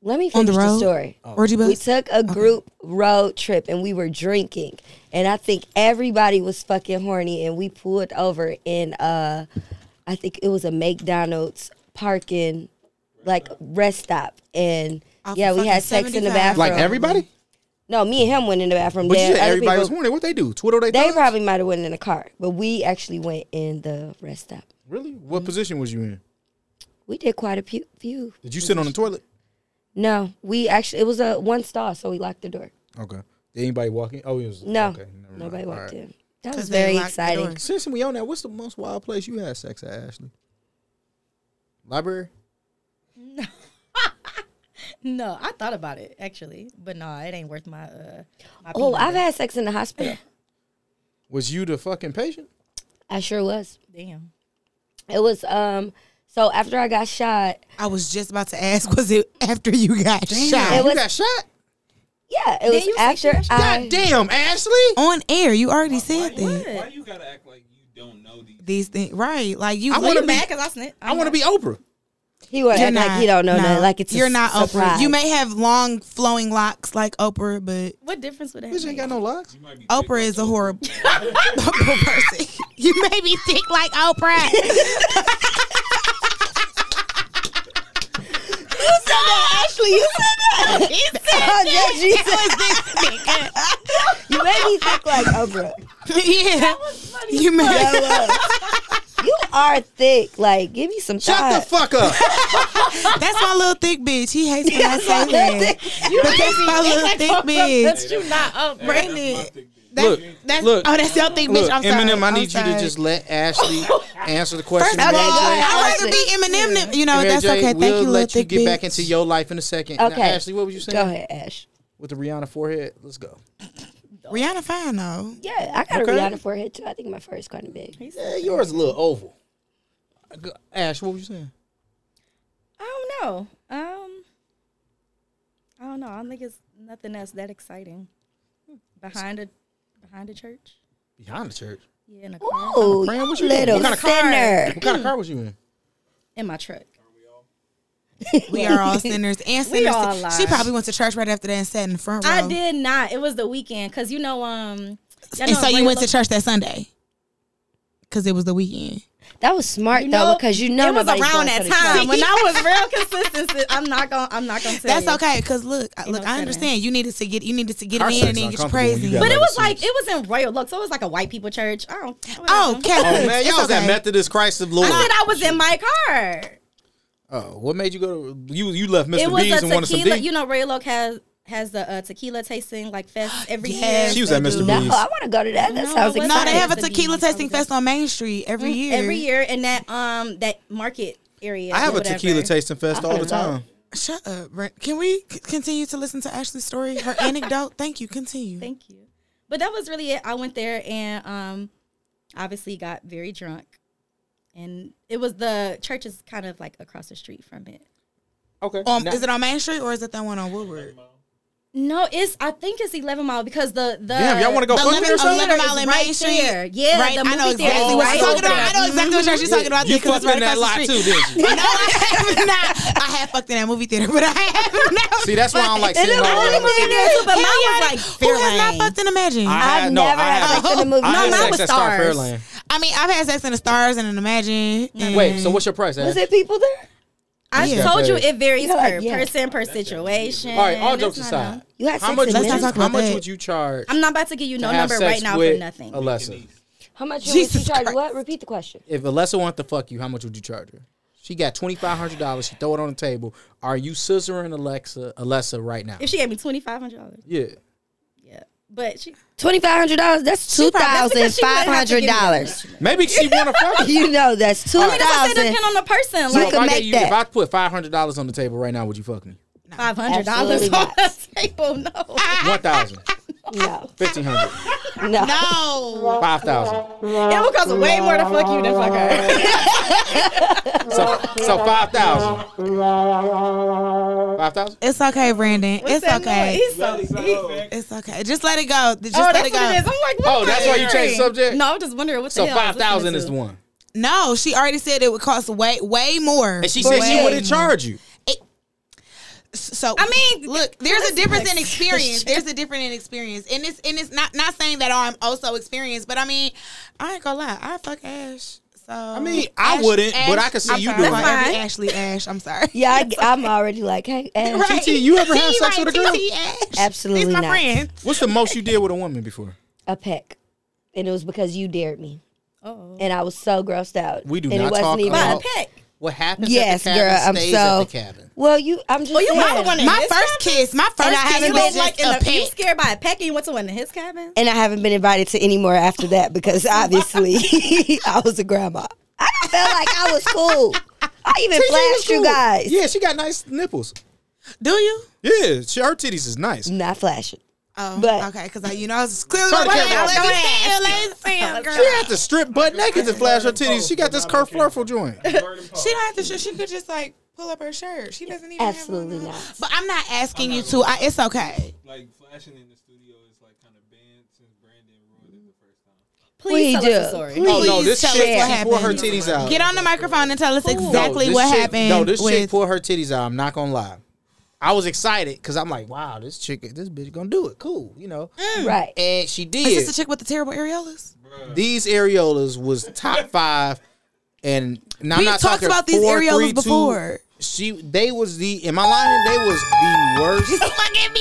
Speaker 3: let me
Speaker 2: on
Speaker 3: finish
Speaker 2: the
Speaker 3: the,
Speaker 2: road? Uh,
Speaker 3: story.
Speaker 2: Orgy
Speaker 3: We
Speaker 2: bus?
Speaker 3: took a group road trip and we were drinking and I think everybody was fucking horny and we pulled over in uh I think it was a McDonald's parking like rest stop and
Speaker 2: Off
Speaker 3: yeah,
Speaker 2: of
Speaker 3: we had
Speaker 2: fucking
Speaker 3: sex in the
Speaker 2: 75.
Speaker 3: bathroom.
Speaker 1: Like everybody?
Speaker 3: No, me and him went in the bathroom.
Speaker 1: But
Speaker 3: Then
Speaker 1: you said
Speaker 3: other
Speaker 1: everybody was
Speaker 3: people-
Speaker 1: horny. What they do? Twiddle they
Speaker 3: They
Speaker 1: thumbs?
Speaker 3: probably might have went in the car, but we actually went in the rest stop.
Speaker 1: Really? What position was you in?
Speaker 3: We did quite a few. few.
Speaker 1: Did you sit on the toilet?
Speaker 3: No, we actually it was a one stall, so we locked the door.
Speaker 1: Okay. Did anybody walk in? Oh, it was
Speaker 3: No,
Speaker 1: Okay, never mind.
Speaker 3: nobody
Speaker 1: All
Speaker 3: walked
Speaker 1: right.
Speaker 3: in. That
Speaker 2: 'Cause
Speaker 3: was
Speaker 2: they
Speaker 3: very
Speaker 2: locked the
Speaker 3: exciting.
Speaker 2: door.
Speaker 1: Since we on that, what's the most wild place you had sex at, Ashley? Library?
Speaker 4: No, I thought about it actually, but no, it ain't worth my. uh my
Speaker 3: Oh,
Speaker 4: peanut.
Speaker 3: I've had sex in the hospital.
Speaker 1: Was you the fucking patient?
Speaker 3: I sure was.
Speaker 4: damn.
Speaker 3: It was um. So after I got shot,
Speaker 2: I was just about to ask, was it after you got
Speaker 1: you
Speaker 2: shot?
Speaker 3: was-
Speaker 1: got shot?
Speaker 3: yeah, it was
Speaker 4: you said she
Speaker 3: after
Speaker 4: got shot.
Speaker 1: God
Speaker 3: I.
Speaker 1: damn, Ashley!
Speaker 2: On air, you already said that.
Speaker 6: Why you gotta act like you don't know these?
Speaker 2: These things, right? Like you,
Speaker 1: I
Speaker 4: Well,
Speaker 1: wanna be-
Speaker 4: you mad because I snitched.
Speaker 1: I want to be Oprah.
Speaker 3: He was
Speaker 2: You're
Speaker 3: act like he don't know
Speaker 2: no.
Speaker 3: nothing. Like it's a
Speaker 2: you're not
Speaker 3: surprise.
Speaker 2: Oprah. You may have long flowing locks like Oprah, but
Speaker 4: What difference would it
Speaker 1: Bitch ain't got
Speaker 4: make?
Speaker 1: no locks.
Speaker 6: You might be
Speaker 2: Oprah is a horrible, horrible person. You may be thick like Oprah.
Speaker 3: You said that, Ashley. You said that.
Speaker 2: He said
Speaker 3: Oh,
Speaker 2: that.
Speaker 3: yes, you said-
Speaker 2: That
Speaker 3: you made me think like Oprah.
Speaker 2: was this nigga. yeah, you may.
Speaker 3: you are thick. Like, give me some
Speaker 1: Shut
Speaker 3: thought.
Speaker 1: the fuck up.
Speaker 2: That's my little thick bitch. He hates when I say that.
Speaker 4: You
Speaker 2: But that's my little
Speaker 4: like
Speaker 2: thick
Speaker 4: Oprah,
Speaker 2: bitch.
Speaker 4: but you not up,
Speaker 2: Brandon. That's,
Speaker 1: Look,
Speaker 2: that's,
Speaker 1: look.
Speaker 2: oh, that's your thick bitch.
Speaker 1: Look,
Speaker 2: I'm sorry.
Speaker 1: Eminem, I
Speaker 2: I'm
Speaker 1: need you to
Speaker 2: sorry.
Speaker 1: just let Ashley answer the
Speaker 2: First
Speaker 1: question.
Speaker 2: of all,
Speaker 1: Mary J.
Speaker 2: I'd rather be Eminem. Than, you know,
Speaker 1: Mary
Speaker 2: that's
Speaker 1: J,
Speaker 2: okay. Thank
Speaker 1: we'll
Speaker 2: you, little
Speaker 1: let you
Speaker 2: thick
Speaker 1: get
Speaker 2: bitch.
Speaker 1: back into your life in a second. Now,
Speaker 3: Okay.
Speaker 1: Ashley, what were you saying?
Speaker 3: Go ahead, Ash.
Speaker 1: With the Rihanna forehead, let's go.
Speaker 2: Rihanna fine though.
Speaker 3: Yeah, I got
Speaker 1: Okay.
Speaker 3: a Rihanna forehead too. I think my fur is kind of big.
Speaker 1: Yeah, yours a little oval. Go- Ash, what were you saying?
Speaker 4: I don't know. Um, I don't know. I don't think it's nothing else that exciting behind a behind a church.
Speaker 1: Behind the church.
Speaker 4: Yeah, in a car.
Speaker 3: Ooh,
Speaker 1: Fran, what
Speaker 3: you
Speaker 1: you doing?
Speaker 3: little
Speaker 1: What kind of car?
Speaker 3: sinner.
Speaker 1: What kind of car was you in?
Speaker 4: In my truck.
Speaker 2: We are all sinners and
Speaker 4: We
Speaker 2: sinners.
Speaker 4: all
Speaker 2: she
Speaker 4: lie.
Speaker 2: probably went to church right after that and sat in the front row.
Speaker 4: I did not. It was the weekend because you know um. y'all
Speaker 2: And
Speaker 4: know
Speaker 2: so you
Speaker 4: Ray
Speaker 2: went to
Speaker 4: Lo-
Speaker 2: church that Sunday because it was the weekend.
Speaker 3: That was smart
Speaker 4: You
Speaker 3: though,
Speaker 4: know,
Speaker 3: because you know
Speaker 4: it was
Speaker 3: nobody's going
Speaker 4: around that
Speaker 3: to the
Speaker 4: time
Speaker 3: church.
Speaker 4: when I was real consistent. I'm not gonna. I'm not gonna. Tell
Speaker 2: That's
Speaker 4: you.
Speaker 2: okay because look, I- look,
Speaker 4: no
Speaker 2: I
Speaker 4: sinner.
Speaker 2: understand you needed to get you needed to get
Speaker 1: Car
Speaker 2: it in
Speaker 1: sex
Speaker 2: and then get your
Speaker 1: uncomfortable when you
Speaker 2: praise
Speaker 1: got
Speaker 2: in.
Speaker 4: But it was
Speaker 1: Legacy.
Speaker 4: like it was in Royal Look, so it was like a white people church. I don't.
Speaker 2: oh,
Speaker 4: whatever.
Speaker 2: Kevin,
Speaker 1: Oh man,
Speaker 2: it's
Speaker 1: y'all was at
Speaker 2: okay.
Speaker 1: Methodist Christ of
Speaker 4: I
Speaker 1: Lord.
Speaker 4: said I was in my car.
Speaker 1: Oh, what made you go? To, you you left
Speaker 4: It
Speaker 1: Mr.
Speaker 4: was
Speaker 1: B's and
Speaker 4: a
Speaker 1: wanted some
Speaker 4: tequila.
Speaker 1: D.
Speaker 4: You know, Royal Oak has has the uh, tequila tasting like fest every
Speaker 2: Yes,
Speaker 4: year.
Speaker 1: she was at
Speaker 2: they
Speaker 1: Mr. B's.
Speaker 2: do.
Speaker 3: No, I want to go to that. That
Speaker 4: No,
Speaker 3: sounds
Speaker 4: it wasn't.
Speaker 2: No, they
Speaker 3: exciting.
Speaker 2: have a
Speaker 4: It's a
Speaker 2: tequila
Speaker 4: D.
Speaker 2: tasting fest on Main Street every year.
Speaker 4: every year in that um that market area.
Speaker 1: I have
Speaker 4: or
Speaker 1: a
Speaker 4: whatever.
Speaker 1: tequila tasting fest all the time.
Speaker 2: Shut up, Brent. Can we c- continue to listen to Ashley's story, her anecdote? Thank you. Continue.
Speaker 4: Thank you. But that was really it. I went there and um obviously got very drunk. And it was the church is kind of like across the street from it.
Speaker 1: Okay.
Speaker 2: Um,
Speaker 1: Now-
Speaker 2: is it on Main Street or is it that one on Woodward?
Speaker 4: No, it's I think it's eleven mile because the the
Speaker 1: Damn, y'all want to go
Speaker 2: The
Speaker 1: fuck me or
Speaker 2: 11,
Speaker 1: something?
Speaker 2: 11
Speaker 4: It's
Speaker 2: mile in
Speaker 4: right
Speaker 2: Main Street.
Speaker 4: there. Yeah,
Speaker 2: right.
Speaker 4: the
Speaker 2: I know
Speaker 4: movie theater
Speaker 2: exactly
Speaker 4: is
Speaker 2: what
Speaker 4: right
Speaker 2: you're talking
Speaker 4: over
Speaker 2: about. I know exactly what church you're talking about.
Speaker 1: You
Speaker 2: because
Speaker 1: fucked
Speaker 2: it's right
Speaker 1: in that
Speaker 2: across
Speaker 1: lot
Speaker 2: the
Speaker 1: too,
Speaker 2: street.
Speaker 1: didn't you?
Speaker 2: No, I have not. I have fucked in that movie theater, but I have not.
Speaker 1: See, that's why I don't like sitting all
Speaker 4: I
Speaker 1: around.
Speaker 4: was in there too, but
Speaker 2: Hell
Speaker 4: mine was
Speaker 2: yeah.
Speaker 4: like
Speaker 2: who has
Speaker 4: Fairlane.
Speaker 2: not fucked in Imagine? I,
Speaker 1: had-
Speaker 3: I've
Speaker 1: no,
Speaker 3: never
Speaker 1: I
Speaker 3: had
Speaker 1: had-
Speaker 3: sex in the
Speaker 1: I
Speaker 3: movie. No,
Speaker 1: had
Speaker 4: mine
Speaker 1: sex
Speaker 4: was
Speaker 1: at Star
Speaker 4: stars.
Speaker 1: Fairlane.
Speaker 2: mean, I've had sex in the stars and in Imagine. and-
Speaker 1: Wait, so what's your price? Ash?
Speaker 3: Was there people there?
Speaker 4: I
Speaker 1: Yeah.
Speaker 4: told you it varies
Speaker 3: Yeah,
Speaker 4: per
Speaker 3: like, yeah.
Speaker 4: person, per situation.
Speaker 1: All right, all
Speaker 4: It's
Speaker 1: jokes
Speaker 4: not
Speaker 1: aside,
Speaker 4: a-
Speaker 3: You had
Speaker 1: how
Speaker 3: sex
Speaker 1: much would you,
Speaker 2: Let's
Speaker 3: in
Speaker 2: not
Speaker 3: minutes?
Speaker 2: talk
Speaker 1: how
Speaker 2: about
Speaker 1: much
Speaker 2: that.
Speaker 1: would you charge
Speaker 4: I'm not about to give you no
Speaker 1: to have
Speaker 4: number right
Speaker 1: sex
Speaker 4: now
Speaker 1: with
Speaker 4: for nothing.
Speaker 1: Alessa?
Speaker 3: How much would
Speaker 2: Jesus
Speaker 3: you charge?
Speaker 2: Christ.
Speaker 3: What? Repeat the question.
Speaker 1: If Alessa wanted to fuck you, how much would you charge her? She got twenty five hundred dollars. She throw it on the table. Are you scissoring Alexa Alessa right now?
Speaker 4: If she gave me twenty five hundred dollars,
Speaker 1: Yeah.
Speaker 4: yeah, but she
Speaker 3: Twenty five hundred dollars. That's two
Speaker 4: that's
Speaker 3: thousand
Speaker 4: because she
Speaker 3: five
Speaker 4: wouldn't have to
Speaker 3: hundred
Speaker 4: give me
Speaker 3: dollars.
Speaker 1: Maybe she want to fuck you.
Speaker 3: You know that's two
Speaker 4: I mean, that's what I said,
Speaker 3: thousand.
Speaker 4: depend on the
Speaker 1: So
Speaker 4: person.
Speaker 3: You
Speaker 4: Like
Speaker 1: if
Speaker 3: can
Speaker 1: I
Speaker 3: make
Speaker 1: gave you,
Speaker 3: that.
Speaker 1: if I put five hundred dollars on the table right now, would you fuck me?
Speaker 4: five hundred dollars
Speaker 3: Absolutely
Speaker 4: on
Speaker 3: not.
Speaker 4: the table. No,
Speaker 1: One thousand.
Speaker 3: No,
Speaker 1: Fifteen hundred.
Speaker 3: no.
Speaker 2: No.
Speaker 1: Five thousand.
Speaker 4: it would cost way more to fuck you than fuck her.
Speaker 1: So so five thousand. Five thousand?
Speaker 2: It's okay, Brandon. it's
Speaker 4: That
Speaker 2: okay.
Speaker 4: noise, He's so. he-
Speaker 2: It's okay. Just let it go. Just
Speaker 4: Oh,
Speaker 2: let
Speaker 4: that's
Speaker 2: it
Speaker 4: what it is. I'm
Speaker 2: go.
Speaker 4: like, what
Speaker 1: Oh,
Speaker 4: am
Speaker 1: that's
Speaker 4: I
Speaker 1: why you changed
Speaker 4: hearing?
Speaker 1: subject?
Speaker 4: No, I'm just wondering what the
Speaker 1: So
Speaker 4: hell I
Speaker 1: five
Speaker 4: was
Speaker 1: thousand
Speaker 4: listening
Speaker 1: is
Speaker 4: to.
Speaker 1: the one.
Speaker 2: No, she already said it would cost way, way more.
Speaker 1: And she said she
Speaker 3: Wait.
Speaker 1: wouldn't charge you.
Speaker 2: So
Speaker 4: I mean,
Speaker 2: look, there's a difference in experience. There's a difference in experience, and it's and it's not not saying that I'm also experienced, but I mean, I ain't gonna lie, I fuck Ash. So I
Speaker 1: mean, I wouldn't, but I could see you doing
Speaker 4: it. That's fine.
Speaker 2: Ashley Ash. I'm sorry.
Speaker 3: Yeah, I, am already like, hey, Ash,
Speaker 2: Right.
Speaker 1: TT, you ever had
Speaker 2: T,
Speaker 1: sex
Speaker 2: right,
Speaker 1: with a girl?
Speaker 2: TT Ash.
Speaker 3: Absolutely
Speaker 2: He's my
Speaker 3: not.
Speaker 2: friend.
Speaker 1: What's the most you did with a woman before?
Speaker 3: a peck, and it was because you dared me,
Speaker 4: Oh,
Speaker 3: and I was so grossed out.
Speaker 1: We do
Speaker 3: and
Speaker 1: not
Speaker 3: it wasn't
Speaker 1: talk
Speaker 3: even,
Speaker 1: about-
Speaker 4: a pick.
Speaker 1: What happens
Speaker 3: Yes,
Speaker 1: at the cabin
Speaker 3: girl, I'm
Speaker 1: stays
Speaker 3: so-
Speaker 1: at the cabin.
Speaker 3: Well, you, I'm just.
Speaker 4: Well, you might
Speaker 3: saying.
Speaker 4: have wanted- In
Speaker 2: My
Speaker 4: his
Speaker 2: first kiss, my first
Speaker 3: And I
Speaker 2: kiss
Speaker 3: haven't been
Speaker 4: You
Speaker 2: was
Speaker 4: was
Speaker 3: Imagine
Speaker 2: like
Speaker 4: like
Speaker 2: a
Speaker 4: in the, you
Speaker 2: pick.
Speaker 4: scared by a peck and you went to one in his cabin.
Speaker 3: and I haven't been invited to any more after that because obviously I was a grandma. I don't feel like I was cool. I even
Speaker 1: TT was
Speaker 3: flashed you
Speaker 1: cool.
Speaker 3: guys.
Speaker 1: Yeah, she got nice nipples.
Speaker 2: Do you?
Speaker 1: Yeah, she, her titties is nice.
Speaker 3: Not flashing.
Speaker 2: Oh,
Speaker 3: But-
Speaker 2: okay, because I, you know, I was clearly
Speaker 1: Turn the
Speaker 2: Ladies
Speaker 1: camera off.
Speaker 2: and ladies and
Speaker 1: She
Speaker 2: girl.
Speaker 1: had to strip butt naked to flash her titties. She got this Kurt Flurful joint.
Speaker 2: She don't have to. sh- She could just like pull up her shirt. She doesn't even.
Speaker 3: Absolutely
Speaker 2: have on-
Speaker 3: not.
Speaker 2: But I'm not asking you to. I, it's okay.
Speaker 6: Like flashing in the studio is like kind of banned since Brandon ruined it the first time.
Speaker 4: Please
Speaker 3: We
Speaker 4: tell us
Speaker 3: do.
Speaker 4: a story.
Speaker 1: Oh no,
Speaker 2: Please
Speaker 1: this
Speaker 2: tell
Speaker 1: chick
Speaker 3: us what
Speaker 1: she pulled her
Speaker 2: happened.
Speaker 1: titties out.
Speaker 2: Get on the microphone and tell us exactly
Speaker 1: this
Speaker 2: what
Speaker 1: chick-
Speaker 2: happened.
Speaker 1: No, this chick
Speaker 2: with-
Speaker 1: pulled her titties out. I'm not gonna lie. I was excited because I'm like, wow, this chick, this bitch gonna do it. Cool, you know.
Speaker 3: Right.
Speaker 1: And she
Speaker 2: Is this
Speaker 1: did.
Speaker 2: the chick with the terrible areolas?
Speaker 1: These areolas was top five, and now I'm
Speaker 2: We've
Speaker 1: not
Speaker 2: talked
Speaker 1: talking
Speaker 2: about these
Speaker 1: four,
Speaker 2: areolas
Speaker 1: three, two.
Speaker 2: before.
Speaker 1: She, they was the. Am I lying? They was the worst.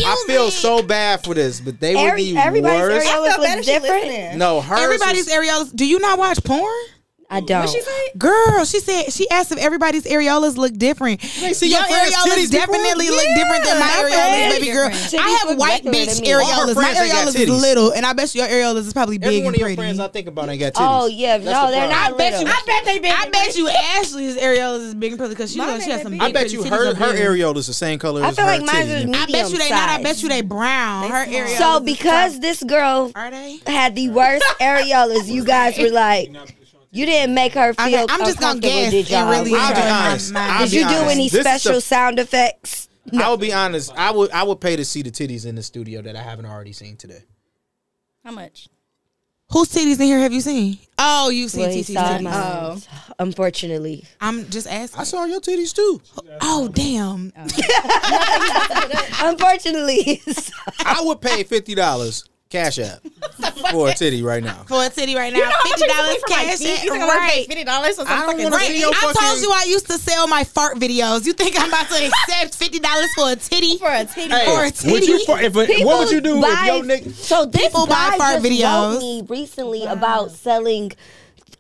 Speaker 1: I feel so bad for this, but they
Speaker 3: Every-
Speaker 1: were the
Speaker 3: everybody's
Speaker 1: worst.
Speaker 3: areola-
Speaker 4: I felt
Speaker 3: was
Speaker 4: bad if she
Speaker 3: different.
Speaker 4: listening.
Speaker 1: no, hers.
Speaker 2: Everybody's
Speaker 1: was,
Speaker 2: areolas. Do you not watch porn?
Speaker 3: I don't.
Speaker 4: She said,
Speaker 2: Girl, she said she asked if everybody's areolas look different.
Speaker 1: see your friend's titties
Speaker 2: areolas
Speaker 1: before?
Speaker 2: definitely look
Speaker 1: Yeah,
Speaker 2: different than my
Speaker 3: my
Speaker 2: areolas,
Speaker 3: friend's
Speaker 2: baby girl.
Speaker 3: different.
Speaker 2: I
Speaker 3: Titties
Speaker 2: have
Speaker 3: look
Speaker 2: white
Speaker 3: regular
Speaker 2: bitch
Speaker 3: to me. All
Speaker 1: her
Speaker 2: areolas. My
Speaker 1: friends ain't got
Speaker 2: areolas is
Speaker 1: titties.
Speaker 2: little, and I bet your areolas is probably
Speaker 1: Every
Speaker 2: big
Speaker 1: one
Speaker 2: and
Speaker 1: of your
Speaker 2: pretty.
Speaker 1: friends I think about ain't got titties.
Speaker 3: Oh yeah,
Speaker 1: That's
Speaker 3: no,
Speaker 1: the
Speaker 3: they're
Speaker 1: problem.
Speaker 3: not.
Speaker 2: I bet
Speaker 3: little.
Speaker 2: you.
Speaker 4: I bet they big.
Speaker 2: I bet you Ashley's areolas is big and pretty because she
Speaker 4: Mine
Speaker 2: looks she
Speaker 4: ain't
Speaker 2: has some.
Speaker 4: that big.
Speaker 2: big
Speaker 1: I bet you
Speaker 2: pretty
Speaker 1: her
Speaker 2: titties
Speaker 1: her
Speaker 2: up there.
Speaker 1: areola is the same color
Speaker 3: I
Speaker 1: as
Speaker 3: feel
Speaker 1: her
Speaker 3: like mine's
Speaker 1: titties.
Speaker 3: is
Speaker 1: nigga.
Speaker 2: I bet you they not. I
Speaker 3: medium
Speaker 2: bet you they brown. Her areolas.
Speaker 3: So
Speaker 2: is
Speaker 3: because
Speaker 2: brown.
Speaker 3: this girl
Speaker 2: are they?
Speaker 3: had the worst areolas, you guys were like, you didn't make her feel.
Speaker 2: Okay, I'm just gonna
Speaker 3: uncomfortable,
Speaker 2: guess
Speaker 3: Did,
Speaker 2: and
Speaker 3: y'all?
Speaker 2: really
Speaker 1: I'll be
Speaker 2: enjoy my
Speaker 1: honest.
Speaker 2: mind.
Speaker 1: I'll
Speaker 3: did
Speaker 1: be
Speaker 3: you do
Speaker 1: honest.
Speaker 3: any
Speaker 1: This is the-
Speaker 3: special sound effects?
Speaker 1: I'll be honest. I would I would pay to see the titties in the studio that I haven't already seen today.
Speaker 4: How much?
Speaker 2: Whose titties in here have you seen? Oh, you've seen
Speaker 3: Well, he
Speaker 2: TT's
Speaker 3: saw
Speaker 2: titties.
Speaker 3: mine.
Speaker 4: Oh.
Speaker 3: Unfortunately,
Speaker 2: I'm just
Speaker 1: I
Speaker 2: asking.
Speaker 1: saw your titties too.
Speaker 2: Oh, damn.
Speaker 3: unfortunately,
Speaker 1: I would pay fifty dollars cash app for a titty right now.
Speaker 2: For a titty right now, fifty dollars cash. in- Right.
Speaker 4: Fifty dollars for some
Speaker 1: I don't
Speaker 4: fucking
Speaker 1: wanna
Speaker 4: titty?
Speaker 1: see your
Speaker 2: Right. I told
Speaker 1: fucking-
Speaker 2: you I used to sell my fart videos. You think I'm about to accept fifty dollars for a titty?
Speaker 4: for a titty.
Speaker 1: Hey,
Speaker 2: For a
Speaker 1: would you
Speaker 2: titty?
Speaker 1: fu- if a- what would you do if your nigga?
Speaker 3: So this
Speaker 2: People buy
Speaker 3: guy
Speaker 2: fart
Speaker 3: just
Speaker 2: videos.
Speaker 3: wrote me recently about selling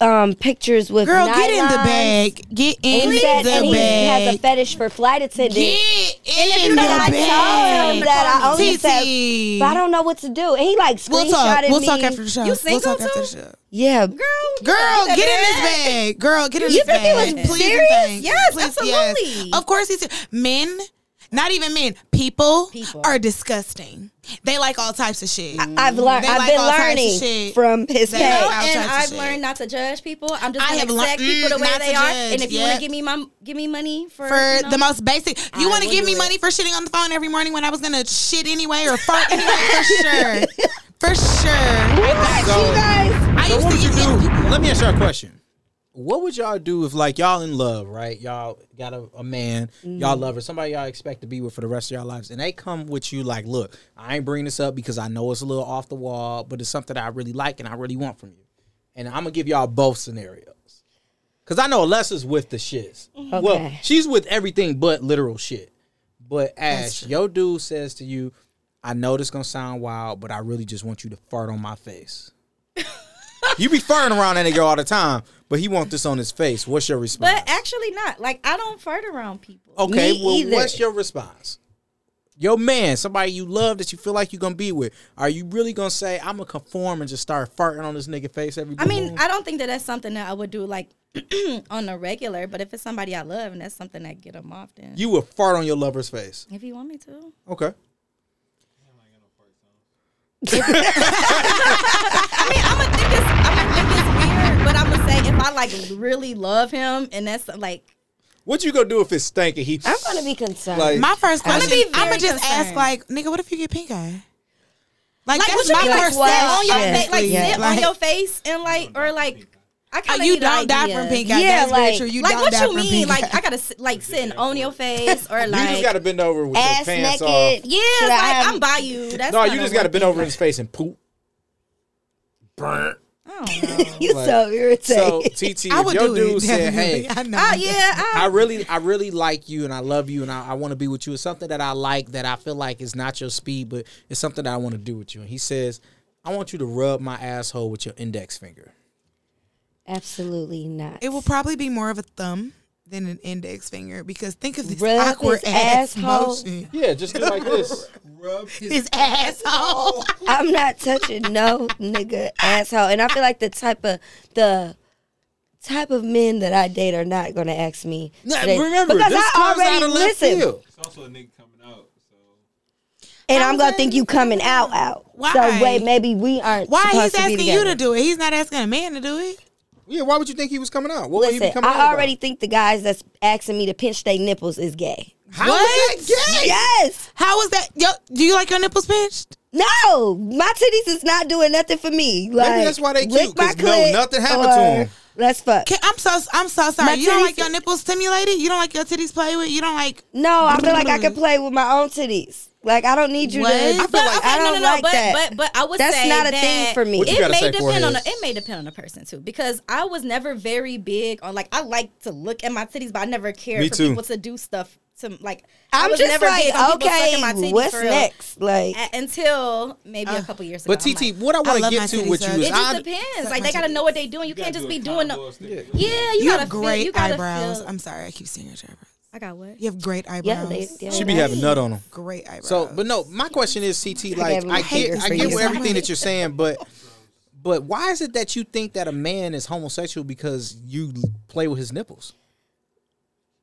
Speaker 3: um, pictures with
Speaker 2: Girl, get in the
Speaker 3: nylons.
Speaker 2: bag. Get in
Speaker 3: And
Speaker 2: the
Speaker 3: he said, and he has a
Speaker 2: bag.
Speaker 3: fetish for flight attendants.
Speaker 2: Get
Speaker 3: And
Speaker 2: in the
Speaker 3: you know, I told him
Speaker 2: bag.
Speaker 3: that I only
Speaker 2: TT.
Speaker 3: said, but I don't know what to do. And he like screenshotted
Speaker 2: We'll talk. We'll
Speaker 3: me.
Speaker 2: talk after the show.
Speaker 4: You
Speaker 2: we'll
Speaker 4: single
Speaker 2: talk after
Speaker 4: too?
Speaker 2: the show.
Speaker 3: Yeah,
Speaker 4: girl,
Speaker 2: Girl, get in this bag. Girl, get in this
Speaker 3: You think
Speaker 2: bag.
Speaker 3: he was
Speaker 2: Please and
Speaker 3: serious?
Speaker 2: thanks.
Speaker 4: Yes,
Speaker 2: Please,
Speaker 4: absolutely.
Speaker 2: Of course he's men. Not even men. People,
Speaker 4: People.
Speaker 2: are disgusting. They like all types of shit.
Speaker 3: I've learned.
Speaker 2: They
Speaker 3: I've
Speaker 2: like all types of
Speaker 3: been learning
Speaker 2: shit.
Speaker 3: from his
Speaker 2: They
Speaker 3: page.
Speaker 2: like- types
Speaker 4: and
Speaker 2: of
Speaker 4: I've
Speaker 2: shit.
Speaker 4: learned not to judge people. I'm just
Speaker 2: I
Speaker 4: gonna
Speaker 2: have learned-
Speaker 4: accept people the
Speaker 2: mm,
Speaker 4: way
Speaker 2: not
Speaker 4: they
Speaker 2: to
Speaker 4: are.
Speaker 2: judge.
Speaker 4: And if you want
Speaker 2: Yep.
Speaker 4: to give me my give me money for,
Speaker 2: for
Speaker 4: you know,
Speaker 2: the most basic. You
Speaker 3: I
Speaker 2: want to
Speaker 3: will
Speaker 2: give
Speaker 3: do
Speaker 2: me
Speaker 3: it.
Speaker 2: money for shitting on the phone every morning when I was gonna shit anyway or fart anyway for sure, for sure.
Speaker 1: So-
Speaker 2: I
Speaker 1: So
Speaker 2: used
Speaker 1: what
Speaker 2: to
Speaker 1: would you
Speaker 2: get hit-
Speaker 1: do? Let me ask y'all a question. What would y'all do if like y'all in love, right? Y'all got a, a man, y'all
Speaker 2: Mm-hmm.
Speaker 1: love her, somebody y'all expect to be with for the rest of y'all lives, and they come with you like, look, I ain't bring this up because I know it's a little off the wall, but it's something that I really like and I really want from you. And I'm gonna give y'all both scenarios. Cause I know Alessa's with the shits.
Speaker 2: Mm-hmm.
Speaker 1: Well,
Speaker 3: Okay.
Speaker 1: she's with everything but literal shit. But Ash, your dude says to you, I know this gonna sound wild, but I really just want you to fart on my face. You be farting around that nigga all the time, but he want this on his face. What's your response?
Speaker 4: but actually not. Like I don't fart around people.
Speaker 1: okay,
Speaker 3: Me
Speaker 1: well,
Speaker 3: either.
Speaker 1: what's your response? Your man, somebody you love that you feel like you gonna be with, are you really gonna say I'm gonna conform and just start farting on this nigga face every?
Speaker 4: I mean,
Speaker 1: blue
Speaker 4: I don't think that that's something that I would do like on a regular. But if it's somebody I love and that's something that get them off, then
Speaker 1: you would fart on your lover's face.
Speaker 4: if you want me to,
Speaker 1: Okay.
Speaker 4: I mean, I'm gonna think it's I'm gonna think it's weird. But I'm gonna say if I like really love him and that's like
Speaker 1: What you gonna do if it's stinking? He
Speaker 3: I'm gonna be concerned.
Speaker 1: Like-
Speaker 2: My first
Speaker 4: I'ma
Speaker 2: question.
Speaker 4: be
Speaker 2: I'm gonna
Speaker 4: very
Speaker 2: just ask
Speaker 4: concerned.
Speaker 2: like, nigga, what if you get pink eye? Like,
Speaker 4: like
Speaker 2: that's
Speaker 4: would you
Speaker 2: my
Speaker 4: be like
Speaker 2: first
Speaker 4: sit
Speaker 3: what?
Speaker 2: step.
Speaker 4: on your face, like
Speaker 2: honestly.
Speaker 4: sit
Speaker 2: Like,
Speaker 4: on your face and like or like I
Speaker 2: oh,
Speaker 4: kind of
Speaker 2: you don't die from pink eye.
Speaker 3: Yeah,
Speaker 2: That's very
Speaker 3: like-
Speaker 2: true. You
Speaker 4: Like
Speaker 2: don't
Speaker 4: what
Speaker 2: die
Speaker 4: you
Speaker 2: from
Speaker 4: mean?
Speaker 2: pink
Speaker 4: Like
Speaker 2: eye.
Speaker 4: I gotta sit, like sitting on your face or
Speaker 1: you just
Speaker 4: like
Speaker 1: gotta bend over with your
Speaker 3: Ass
Speaker 1: pants
Speaker 3: naked.
Speaker 1: off.
Speaker 4: yeah,
Speaker 3: Should
Speaker 4: it's
Speaker 3: I
Speaker 4: like
Speaker 3: have-
Speaker 4: I'm by you. That's
Speaker 1: No,
Speaker 4: kinda
Speaker 1: you just gotta
Speaker 4: one
Speaker 1: bend
Speaker 4: thing.
Speaker 1: over in his face and poop. Burn.
Speaker 4: I don't know.
Speaker 3: you so irritating.
Speaker 1: So TT,
Speaker 2: I
Speaker 1: if
Speaker 2: would
Speaker 1: your
Speaker 2: do
Speaker 1: dude
Speaker 2: it.
Speaker 1: said,
Speaker 2: definitely.
Speaker 1: "Hey,
Speaker 2: I know.
Speaker 4: Oh yeah,
Speaker 1: I
Speaker 4: I,
Speaker 1: really, I really like you, and I love you, and I, I want to be with you. It's something that I like that I feel like is not your speed, but it's something that I want to do with you. And he says, "I want you to rub my asshole with your index finger."
Speaker 3: Absolutely not.
Speaker 2: It will probably be more of a thumb than an index finger because think of this
Speaker 3: Rub his
Speaker 2: awkward ass
Speaker 3: asshole.
Speaker 2: motion.
Speaker 1: Yeah, just do like this.
Speaker 6: Rub his
Speaker 2: His asshole.
Speaker 3: I'm not touching no nigga asshole. And I feel like the type of the type of men that I date are not gonna ask me.
Speaker 1: Now,
Speaker 3: today.
Speaker 1: remember,
Speaker 3: because
Speaker 1: this
Speaker 3: I
Speaker 1: comes
Speaker 3: already
Speaker 1: out of left
Speaker 3: listen,
Speaker 1: field.
Speaker 6: It's also a nigga coming out, so
Speaker 3: and I'm gonna think you coming out out.
Speaker 2: Why?
Speaker 3: So wait, maybe we aren't.
Speaker 2: Why
Speaker 3: supposed
Speaker 2: he's
Speaker 3: to be
Speaker 2: asking you to
Speaker 3: together.
Speaker 2: do it? He's not asking a man to do it.
Speaker 1: Yeah, why would you think he was coming out? What would he be
Speaker 3: Listen,
Speaker 1: coming out?
Speaker 3: I already think the guys that's asking me to pinch their nipples is gay.
Speaker 1: About? How is that gay?
Speaker 3: Yes.
Speaker 2: How is that? Yo, do you like your nipples pinched?
Speaker 3: No, my titties is not doing nothing for me. Like,
Speaker 1: that's why they
Speaker 3: lick
Speaker 1: cute,
Speaker 3: my
Speaker 1: 'cause no,
Speaker 3: clit
Speaker 1: nothing happened to
Speaker 3: or
Speaker 1: 'em.
Speaker 3: Let's fuck.
Speaker 2: Can- I'm so I'm so sorry.
Speaker 3: My
Speaker 2: you don't like
Speaker 3: titties-
Speaker 2: your nipples stimulated. You don't like your titties played with. You don't like.
Speaker 3: No, I feel like I could play with my own titties. Like I don't need you
Speaker 2: What?
Speaker 3: to.
Speaker 2: I feel
Speaker 4: but
Speaker 2: like-
Speaker 4: okay,
Speaker 3: I don't
Speaker 4: no, no, no,
Speaker 3: like
Speaker 4: but,
Speaker 3: that.
Speaker 4: But but I would
Speaker 3: That's
Speaker 4: say
Speaker 3: not a
Speaker 4: that
Speaker 3: thing for me. What
Speaker 1: you
Speaker 4: It
Speaker 1: gotta
Speaker 4: may
Speaker 1: say,
Speaker 4: depend on a,
Speaker 1: foreheads?
Speaker 4: it may depend on a person too because I was never very big on like I like to look at my titties, but I never cared
Speaker 1: Me
Speaker 4: for
Speaker 1: too.
Speaker 4: people to do stuff to like. I
Speaker 3: I'm
Speaker 4: was
Speaker 3: just
Speaker 4: never
Speaker 3: like,
Speaker 4: big on people
Speaker 3: okay,
Speaker 4: sucking my titties
Speaker 3: what's
Speaker 4: for real.
Speaker 3: next? Uh, Like,
Speaker 4: A- until maybe a couple years ago.
Speaker 1: But
Speaker 4: I'm
Speaker 1: TT,
Speaker 4: like,
Speaker 1: what I want to
Speaker 2: love my
Speaker 1: get to
Speaker 2: titties,
Speaker 1: with you
Speaker 2: son.
Speaker 1: is
Speaker 4: it just
Speaker 1: I,
Speaker 4: depends. Like they gotta know what they doing. You, can't just
Speaker 6: gotta do
Speaker 4: be
Speaker 6: a
Speaker 4: doing.
Speaker 6: combo
Speaker 4: No,
Speaker 6: of stick.
Speaker 4: yeah, you,
Speaker 2: You
Speaker 4: gotta
Speaker 2: have
Speaker 4: feel-
Speaker 2: great
Speaker 4: you gotta
Speaker 2: eyebrows.
Speaker 4: Feel,
Speaker 2: I'm sorry, I keep seeing your eyebrows.
Speaker 4: I got what?
Speaker 2: You have great
Speaker 3: yeah,
Speaker 2: eyebrows.
Speaker 3: they, yeah,
Speaker 1: she be having nut on him.
Speaker 2: Great eyebrows.
Speaker 1: So, but no, my question is, CT. Like,
Speaker 3: gave him a
Speaker 1: I get,
Speaker 3: finger
Speaker 1: I
Speaker 3: for
Speaker 1: get
Speaker 3: you.
Speaker 1: where everything that you're saying, but, but why is it that you think that a man is homosexual because you l- play with his nipples?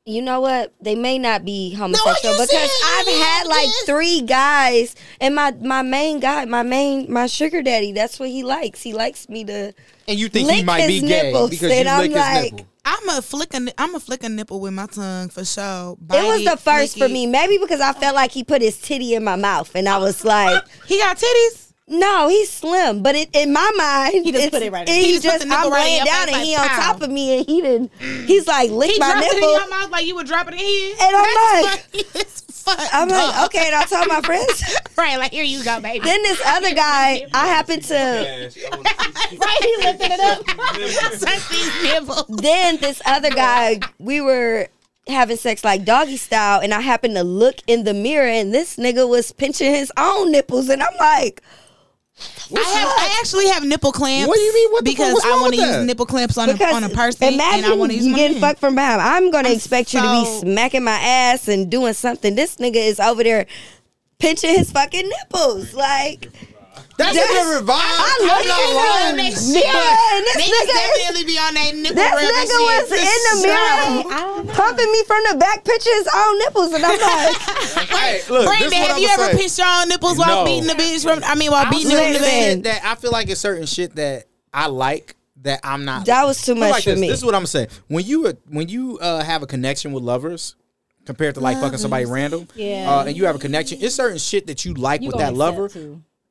Speaker 3: you know what? They may not be homosexual
Speaker 2: you
Speaker 3: because
Speaker 2: saying?
Speaker 3: I've had like three guys, and my my main guy, my main my sugar daddy. That's what he likes. He likes me to.
Speaker 1: And you think he
Speaker 3: Lick
Speaker 1: might be
Speaker 3: his
Speaker 1: gay
Speaker 3: nipples,
Speaker 1: because
Speaker 3: and
Speaker 1: you
Speaker 3: I'm
Speaker 1: lick
Speaker 3: like-
Speaker 1: his nipple.
Speaker 2: I'm a flick. A, I'm a flick a nipple with my tongue for sure.
Speaker 3: it was the first for me, maybe because I felt like he put his titty in my mouth, and I was like,
Speaker 2: He got titties.
Speaker 3: No, he's slim, but it, in my mind,
Speaker 4: He just
Speaker 3: it's-
Speaker 4: put it right in.
Speaker 3: He,
Speaker 2: He just
Speaker 3: just,
Speaker 2: put the nipple
Speaker 3: I'm
Speaker 2: right in
Speaker 3: laying
Speaker 2: your
Speaker 3: down,
Speaker 2: face
Speaker 3: and he
Speaker 2: like,
Speaker 3: on
Speaker 2: pow.
Speaker 3: top of me, and he didn't. He's like lick
Speaker 2: He
Speaker 3: my
Speaker 2: dropped it in
Speaker 3: nipple.
Speaker 2: your mouth like you would drop it in his.
Speaker 3: And I'm
Speaker 2: That's funny as fuck.
Speaker 3: I'm like,
Speaker 2: dog.
Speaker 3: okay, and I told my friends.
Speaker 2: right, like here you go, baby.
Speaker 3: Then this other guy, I happened to.
Speaker 6: Cash. I wanna see
Speaker 2: right, he lifted it up.
Speaker 6: some
Speaker 2: Suck these nipples.
Speaker 3: Then this other guy, we were having sex like doggy style, and I happened to look in the mirror, and this nigga was pinching his own nipples, and I'm like,
Speaker 2: I have, I actually have nipple clamps.
Speaker 1: What do you mean? What the fuck?
Speaker 2: because
Speaker 1: What's
Speaker 2: I
Speaker 1: wrong
Speaker 2: want to
Speaker 1: with
Speaker 2: use
Speaker 1: that?
Speaker 2: nipple clamps on a
Speaker 3: because
Speaker 2: on a person,
Speaker 3: imagine
Speaker 2: and I want to use
Speaker 3: you
Speaker 2: my
Speaker 3: getting
Speaker 2: hand.
Speaker 3: fucked from behind. I'm gonna expect you to
Speaker 2: so-
Speaker 3: be smacking my ass and doing something. This nigga is over there pinching his fucking nipples, like.
Speaker 1: That's a
Speaker 3: That's-
Speaker 1: different vibe.
Speaker 3: I
Speaker 1: I'm
Speaker 3: love
Speaker 1: not
Speaker 3: it.
Speaker 1: lying.
Speaker 2: Yeah, and
Speaker 3: this
Speaker 2: Niggas
Speaker 3: nigga is-
Speaker 2: definitely be on that nipple.
Speaker 3: This
Speaker 2: rub and
Speaker 3: nigga
Speaker 2: shit.
Speaker 3: was in the mirror pumping me from the back, pinching his own nipples, and I'm like,
Speaker 1: Hey, look,
Speaker 2: Brandon,
Speaker 1: this is what
Speaker 2: have
Speaker 1: I'ma
Speaker 2: you ever
Speaker 1: say.
Speaker 2: pinched your own nipples while
Speaker 1: No.
Speaker 2: beating the bitch from? I mean, while beating the
Speaker 1: certain
Speaker 2: bitch.
Speaker 3: Listen.
Speaker 1: shit that I feel like it's certain shit that I like that I'm not.
Speaker 3: That was too
Speaker 1: Look
Speaker 3: much
Speaker 1: like
Speaker 3: for
Speaker 1: this.
Speaker 3: me.
Speaker 1: This is what I'm saying. When you when you uh, have a connection with lovers. Compared to like fucking somebody random,
Speaker 4: Yeah.
Speaker 1: uh, and you have a connection. It's certain shit that you like with that lover,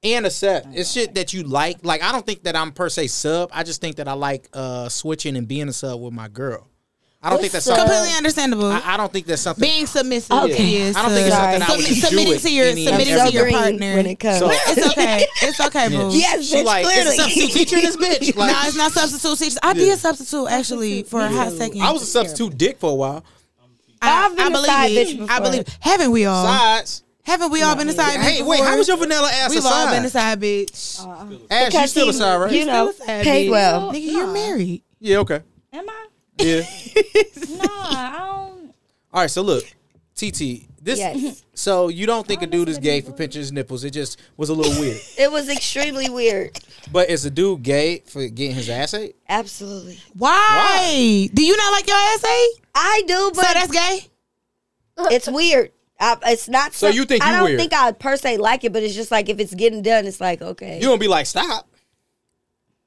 Speaker 1: and accept. It's shit that you like. Like I don't think that I'm per se sub. I just think that I like uh, switching and being a sub with my girl. I don't think that's
Speaker 3: What's sub?
Speaker 1: something.
Speaker 2: Completely understandable.
Speaker 1: I, I don't think that's something.
Speaker 2: Being submissive.
Speaker 3: Okay.
Speaker 2: Is,
Speaker 1: I don't think it's
Speaker 2: uh,
Speaker 1: something I would just
Speaker 2: submi-
Speaker 1: do
Speaker 2: submitting
Speaker 1: with
Speaker 2: to your
Speaker 1: any and
Speaker 3: I'm
Speaker 2: submitting
Speaker 3: so
Speaker 2: to your
Speaker 3: green
Speaker 2: partner.
Speaker 3: when it comes.
Speaker 1: So-
Speaker 2: It's okay. It's okay, boo.
Speaker 3: yes,
Speaker 1: she
Speaker 3: bitch,
Speaker 1: like
Speaker 3: clearly.
Speaker 1: it's a substitute teacher in this bitch. Like,
Speaker 2: no, it's not substitute teachers. I did substitute actually for a hot second.
Speaker 1: I was a substitute dick for a while.
Speaker 3: I've been a side
Speaker 2: it.
Speaker 3: bitch
Speaker 2: I
Speaker 3: before.
Speaker 2: believe. Haven't we all?
Speaker 3: Uh-huh.
Speaker 1: Sides.
Speaker 2: Haven't we all been a side bitch?
Speaker 1: Hey, wait, how was your vanilla ass
Speaker 2: We've
Speaker 1: a
Speaker 2: all
Speaker 1: side?
Speaker 2: been a side bitch.
Speaker 1: Ash, you
Speaker 3: Because
Speaker 1: still
Speaker 3: he,
Speaker 1: a side, right?
Speaker 3: You know,
Speaker 2: Still a side
Speaker 3: paid
Speaker 2: bitch.
Speaker 3: well.
Speaker 2: Nigga, you're married.
Speaker 1: yeah, okay.
Speaker 4: Am I?
Speaker 1: Yeah.
Speaker 4: No, I don't.
Speaker 1: all right, so look, TT, this.
Speaker 3: Yes.
Speaker 1: So you don't think a dude is gay for pinching his nipples? It just was a little weird.
Speaker 3: It was extremely weird.
Speaker 1: but is a dude gay for getting his ass ate?
Speaker 3: Absolutely.
Speaker 2: Why? Do you not like your ass ate?
Speaker 3: I do,
Speaker 2: So
Speaker 3: but
Speaker 2: that's gay?
Speaker 3: it's weird. I, it's not.
Speaker 1: So
Speaker 3: some-
Speaker 1: you think
Speaker 3: I
Speaker 1: you
Speaker 3: don't
Speaker 1: weird.
Speaker 3: think I per se like it, but it's just like if it's getting done, it's like okay.
Speaker 1: You don't be like, stop.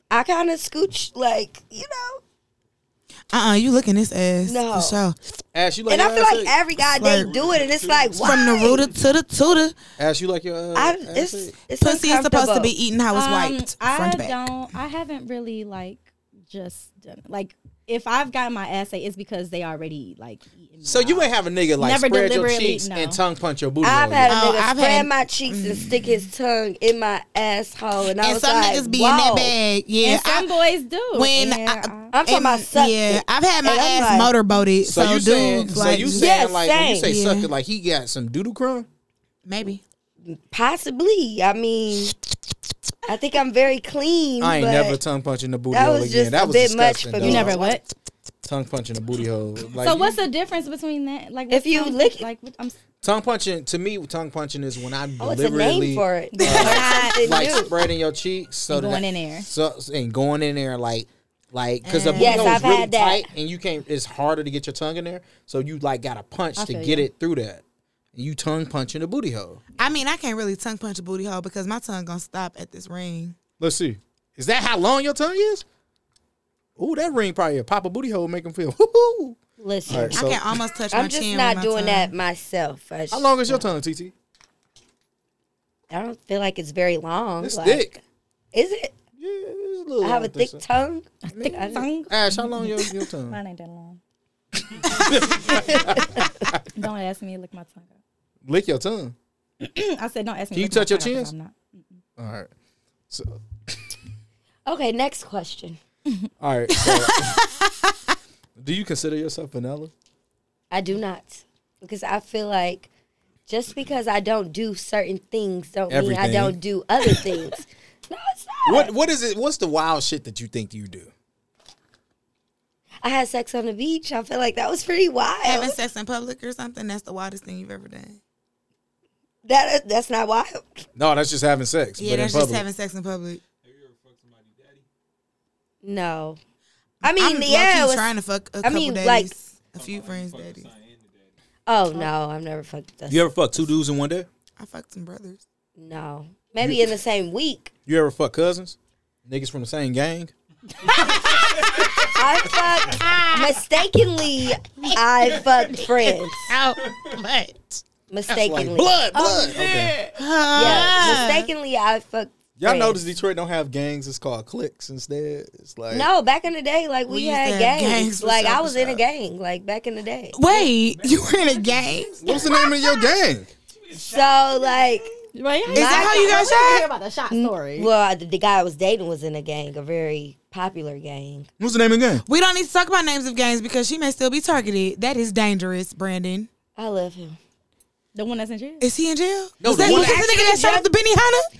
Speaker 3: I kind of scooch, like you know.
Speaker 2: Uh-uh, you looking this ass. For
Speaker 3: No.
Speaker 2: sure.
Speaker 1: Ash, you like
Speaker 3: And
Speaker 1: your
Speaker 3: I feel
Speaker 1: ass
Speaker 3: like
Speaker 1: ate?
Speaker 3: every guy they
Speaker 2: Like-
Speaker 3: do it, and it's like why?
Speaker 2: From the rooter to the tooter,
Speaker 1: Ash, you like your uh,
Speaker 3: I,
Speaker 1: ass
Speaker 3: it's
Speaker 1: ate?
Speaker 3: it's
Speaker 2: pussy is supposed to
Speaker 3: uncomfortable.
Speaker 2: be eaten how it's wiped.
Speaker 4: Um,
Speaker 2: front
Speaker 4: I
Speaker 2: to back.
Speaker 4: don't. I haven't really like just done like if I've gotten my ass ate, it's because they already like. eaten me
Speaker 1: So you
Speaker 4: out.
Speaker 1: ain't have a nigga like
Speaker 4: Never
Speaker 1: spread your
Speaker 4: deliberately,
Speaker 1: cheeks
Speaker 4: no.
Speaker 1: and tongue punch your booty.
Speaker 3: I've
Speaker 1: hole.
Speaker 3: had a
Speaker 2: Oh,
Speaker 3: nigga
Speaker 2: I've
Speaker 3: spread
Speaker 2: had- Mm.
Speaker 3: my cheeks and stick his tongue in my asshole, and I
Speaker 2: And
Speaker 3: was
Speaker 2: some
Speaker 3: like,
Speaker 2: niggas be in
Speaker 3: "Whoa."
Speaker 2: that bag. Yeah.
Speaker 4: And some
Speaker 2: I-
Speaker 4: boys do.
Speaker 2: when
Speaker 4: and
Speaker 2: I-
Speaker 3: I'm talking
Speaker 2: and-
Speaker 3: about suck
Speaker 2: Yeah,
Speaker 3: dick.
Speaker 2: I've had my
Speaker 3: And I'm
Speaker 2: ass
Speaker 3: like-
Speaker 2: motorbooted.
Speaker 1: so,
Speaker 2: So,
Speaker 1: you
Speaker 2: dudes
Speaker 1: saying, so
Speaker 2: like
Speaker 1: you saying
Speaker 3: Yeah,
Speaker 1: like when you
Speaker 3: same.
Speaker 1: say suck
Speaker 2: Yeah.
Speaker 1: it, like he got some doodle crumb?
Speaker 2: maybe.
Speaker 3: Possibly. I mean, I think I'm very clean.
Speaker 1: I ain't
Speaker 3: but
Speaker 1: never tongue punching the booty
Speaker 3: that
Speaker 1: hole
Speaker 3: was
Speaker 1: again.
Speaker 3: just
Speaker 1: that
Speaker 3: a
Speaker 1: was
Speaker 3: bit much
Speaker 1: disgusting,
Speaker 3: for me.
Speaker 1: dog.
Speaker 4: you never what?
Speaker 1: tongue punching a booty hole. Like,
Speaker 4: So what's the difference between that? Like
Speaker 3: If
Speaker 4: what's
Speaker 3: you
Speaker 4: tongue-
Speaker 3: lick it-
Speaker 4: like what- I'm.
Speaker 1: tongue punching to me? Tongue punching is when I
Speaker 3: Oh, it's a name
Speaker 1: deliberately
Speaker 3: for it. Something
Speaker 1: like
Speaker 3: new.
Speaker 1: spreading your cheeks so
Speaker 4: And
Speaker 1: that
Speaker 4: going
Speaker 1: I-
Speaker 4: in there.
Speaker 1: so and going in there like like because the booty
Speaker 3: Yes,
Speaker 1: hole is
Speaker 3: I've
Speaker 1: really
Speaker 3: had that.
Speaker 1: tight and you can't. It's harder to get your tongue in there, so you like got to punch to
Speaker 4: feel
Speaker 1: get
Speaker 4: you.
Speaker 1: it through that. You tongue punching the booty hole.
Speaker 2: I mean, I can't really tongue punch a booty hole because my tongue gonna stop at this ring.
Speaker 1: Let's see. Is that how long your tongue is? Ooh, that ring probably a pop a booty hole make him feel. Woo-hoo.
Speaker 3: Listen,
Speaker 1: All right, so
Speaker 2: I can almost touch my
Speaker 3: I'm
Speaker 2: chin.
Speaker 3: just
Speaker 2: with
Speaker 3: not
Speaker 2: my
Speaker 3: doing
Speaker 2: tongue.
Speaker 3: that myself. I,
Speaker 1: how
Speaker 3: just-
Speaker 1: long is your tongue, TT?
Speaker 3: I don't feel like it's very long.
Speaker 1: It's
Speaker 3: like-
Speaker 1: thick.
Speaker 3: Is it?
Speaker 1: Yeah, it's a little.
Speaker 3: I have a
Speaker 1: don't think
Speaker 3: thick
Speaker 1: so.
Speaker 3: tongue.
Speaker 4: Thick
Speaker 3: I-
Speaker 4: tongue.
Speaker 1: Ash, how long your, your tongue?
Speaker 4: Mine ain't that long. don't ask me to lick my tongue. up.
Speaker 1: Lick your tongue.
Speaker 4: I said don't ask
Speaker 1: Can
Speaker 4: me. to
Speaker 1: you
Speaker 4: lick my
Speaker 1: touch your
Speaker 4: tongue up
Speaker 1: chins?
Speaker 4: 'cause I'm not.
Speaker 1: All right. So,
Speaker 3: Okay, next question.
Speaker 1: all right. So, do you consider yourself vanilla?
Speaker 3: I do not. Because I feel like just because I don't do certain things don't mean I
Speaker 1: Everything.
Speaker 3: don't do other things. no, it's not.
Speaker 1: What What is it? What's the wild shit that you think you do?
Speaker 3: I had sex on the beach. I feel like that was pretty
Speaker 2: Having
Speaker 3: wild.
Speaker 2: sex in public or something, that's the wildest thing you've ever done.
Speaker 3: That uh, that's not wild.
Speaker 1: No, that's just having sex.
Speaker 2: Yeah,
Speaker 1: but
Speaker 2: that's
Speaker 1: in
Speaker 2: just
Speaker 1: public.
Speaker 2: having sex in public.
Speaker 3: No. I mean,
Speaker 2: I'm
Speaker 3: yeah.
Speaker 2: yeah,
Speaker 3: it was-
Speaker 2: trying to fuck a couple
Speaker 3: mean,
Speaker 2: daddies,
Speaker 3: like-
Speaker 2: a few friends' daddies.
Speaker 3: oh no, I've never fucked with us.
Speaker 1: You ever fuck two dudes in one day?
Speaker 2: I fucked some brothers.
Speaker 3: No, maybe in the same week.
Speaker 1: You ever fuck cousins? Niggas from the same gang?
Speaker 3: I fucked mistakenly. I fucked friends
Speaker 2: Out, but
Speaker 3: mistakenly.
Speaker 2: oh,
Speaker 1: blood, blood.
Speaker 3: Yeah, mistakenly I fucked
Speaker 1: Y'all
Speaker 3: friends.
Speaker 1: notice Detroit don't have gangs. It's called cliques instead. It's like
Speaker 3: No, back in the day, like we,
Speaker 2: We used to
Speaker 3: had
Speaker 2: have
Speaker 3: gangs.
Speaker 2: gangs with
Speaker 3: Like I
Speaker 2: Southern
Speaker 3: was in a
Speaker 2: Style.
Speaker 3: gang. Like back in the day.
Speaker 2: Wait, you were in a gang? Is
Speaker 1: What's the name of your gang?
Speaker 3: So like,
Speaker 5: Right? Is
Speaker 2: that how you got
Speaker 5: I hear
Speaker 2: shot?
Speaker 5: about the shot story.
Speaker 4: Mm,
Speaker 3: well, I, the guy I was dating was in a gang, a very popular gang.
Speaker 1: What's the name of the gang?
Speaker 2: We don't need to talk about names of gangs because she may still be targeted. That is dangerous, Brandon.
Speaker 3: I love him.
Speaker 4: The one that's in jail.
Speaker 2: Is he in jail?
Speaker 1: No,
Speaker 2: was
Speaker 1: the
Speaker 2: that,
Speaker 1: one
Speaker 2: was that the nigga that shot up the Benihana?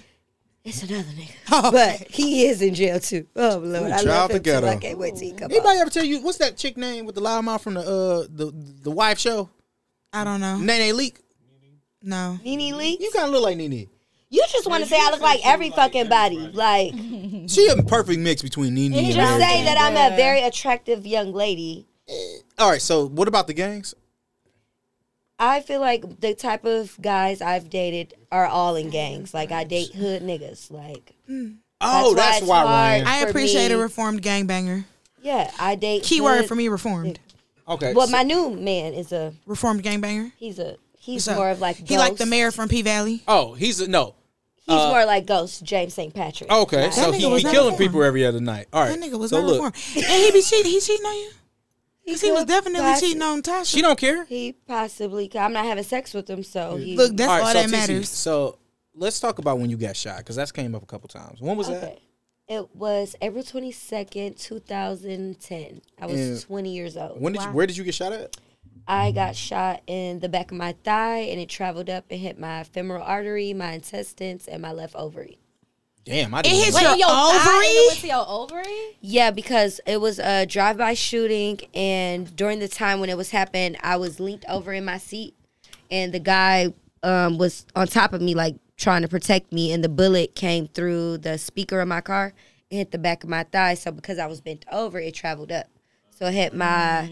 Speaker 3: It's another nigga,
Speaker 2: Oh,
Speaker 3: but he is in jail too. Oh Lord, I
Speaker 1: child
Speaker 3: love him too.
Speaker 1: together.
Speaker 3: I can't wait till he come out.
Speaker 1: Anybody ever tell you what's that chick name with the loud mouth from the uh the the wife show?
Speaker 2: I don't know.
Speaker 1: Nene Leak.
Speaker 2: No.
Speaker 3: Nene Lee,
Speaker 1: You kind of look like Nene.
Speaker 2: Mm-hmm.
Speaker 3: you just want to say I look like every fucking body. Like
Speaker 1: She a perfect mix between Nene and
Speaker 3: just
Speaker 1: everything.
Speaker 3: say that I'm a very attractive young lady.
Speaker 1: All right, so what about the gangs?
Speaker 3: I feel like the type of guys I've dated are all in gangs. Like I date hood niggas. Like
Speaker 1: Oh,
Speaker 3: That's why
Speaker 1: that's,
Speaker 3: it's
Speaker 1: why,
Speaker 3: hard.
Speaker 1: Ryan.
Speaker 2: I
Speaker 3: For
Speaker 2: appreciate
Speaker 3: me-
Speaker 2: a reformed gangbanger.
Speaker 3: yeah, I date
Speaker 2: Keyword
Speaker 3: hood-
Speaker 2: for me, reformed.
Speaker 1: Okay.
Speaker 3: Well,
Speaker 1: so-
Speaker 3: my new man is a
Speaker 2: Reformed gangbanger.
Speaker 3: he's a he's
Speaker 2: So,
Speaker 3: more of like
Speaker 2: He like
Speaker 3: Ghost.
Speaker 2: the mayor from P Valley.
Speaker 1: oh, he's a, no.
Speaker 3: He's more like Ghost James St. Patrick.
Speaker 2: Oh,
Speaker 1: Okay,
Speaker 3: Like,
Speaker 1: so
Speaker 2: nigga
Speaker 1: he
Speaker 2: was
Speaker 1: be
Speaker 2: not
Speaker 1: killing
Speaker 2: reformed.
Speaker 1: people every other night. All right.
Speaker 2: That nigga was
Speaker 1: so
Speaker 2: not
Speaker 1: look,
Speaker 2: reformed. And he be cheating. He cheating on you? Because he was
Speaker 3: could
Speaker 2: definitely
Speaker 3: possibly-
Speaker 2: cheating on Tasha.
Speaker 1: She don't care.
Speaker 3: He possibly. could. I'm not having sex with him, so he.
Speaker 2: Look, that's all,
Speaker 1: right,
Speaker 2: that
Speaker 1: so TC,
Speaker 2: matters.
Speaker 1: so let's talk about when you got shot because that's came up a couple times. When was that?
Speaker 3: okay. It was April 22nd, 2010. I was
Speaker 1: And
Speaker 3: 20 years old.
Speaker 1: When did you, where did you get shot at?
Speaker 3: I got shot in the back of my thigh, and it traveled up and hit my femoral artery, my intestines, and my left ovary.
Speaker 1: Damn, I
Speaker 2: It
Speaker 1: didn't.
Speaker 2: hits
Speaker 1: know
Speaker 2: your
Speaker 1: that.
Speaker 2: ovary.
Speaker 4: What's your ovary?
Speaker 3: Yeah, because it was a drive-by shooting, and during the time when it was happening, I was leaned over in my seat, and the guy um, was on top of me, like trying to protect me, and the bullet came through the speaker of my car and hit the back of my thigh. So because I was bent over, it traveled up, so it hit my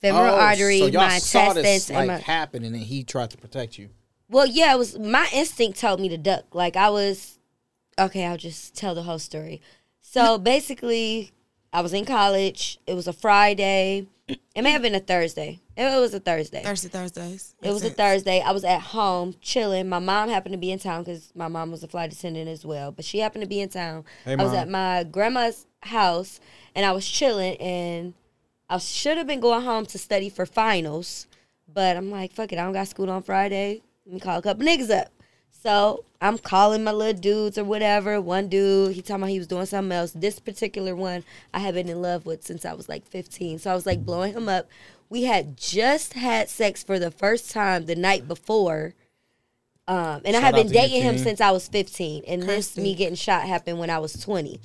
Speaker 3: femoral
Speaker 1: Oh,
Speaker 3: artery,
Speaker 1: so y'all
Speaker 3: my
Speaker 1: saw this
Speaker 3: intestines,
Speaker 1: like
Speaker 3: and my
Speaker 1: happen, and then he tried to protect you.
Speaker 3: well, yeah, it was my instinct told me to duck. Like I was okay, I'll just tell the whole story. So basically, I was in college. It was a Friday. It may have been a Thursday. It was a Thursday.
Speaker 2: Thursday, Thursdays.
Speaker 3: It was a Thursday. I was at home chilling. My mom happened to be in town because my mom was a flight attendant as well. But she happened to be in town.
Speaker 1: Hey,
Speaker 3: I was
Speaker 1: Mom.
Speaker 3: at my grandma's house and I was chilling and I should have been going home to study for finals. But I'm like, fuck it, I don't got school on Friday. Let me call a couple niggas up. So I'm calling my little dudes or whatever. One dude, he talking about he was doing something else. This particular one I have been in love with since I was like 15. So I was like blowing him up. We had just had sex for the first time the night before. Um, and I
Speaker 1: Shout
Speaker 3: had
Speaker 1: out
Speaker 3: been
Speaker 1: to your
Speaker 3: dating him
Speaker 1: king.
Speaker 3: since I was 15. And this
Speaker 2: Kirsty.
Speaker 3: me getting shot happened when I was 20.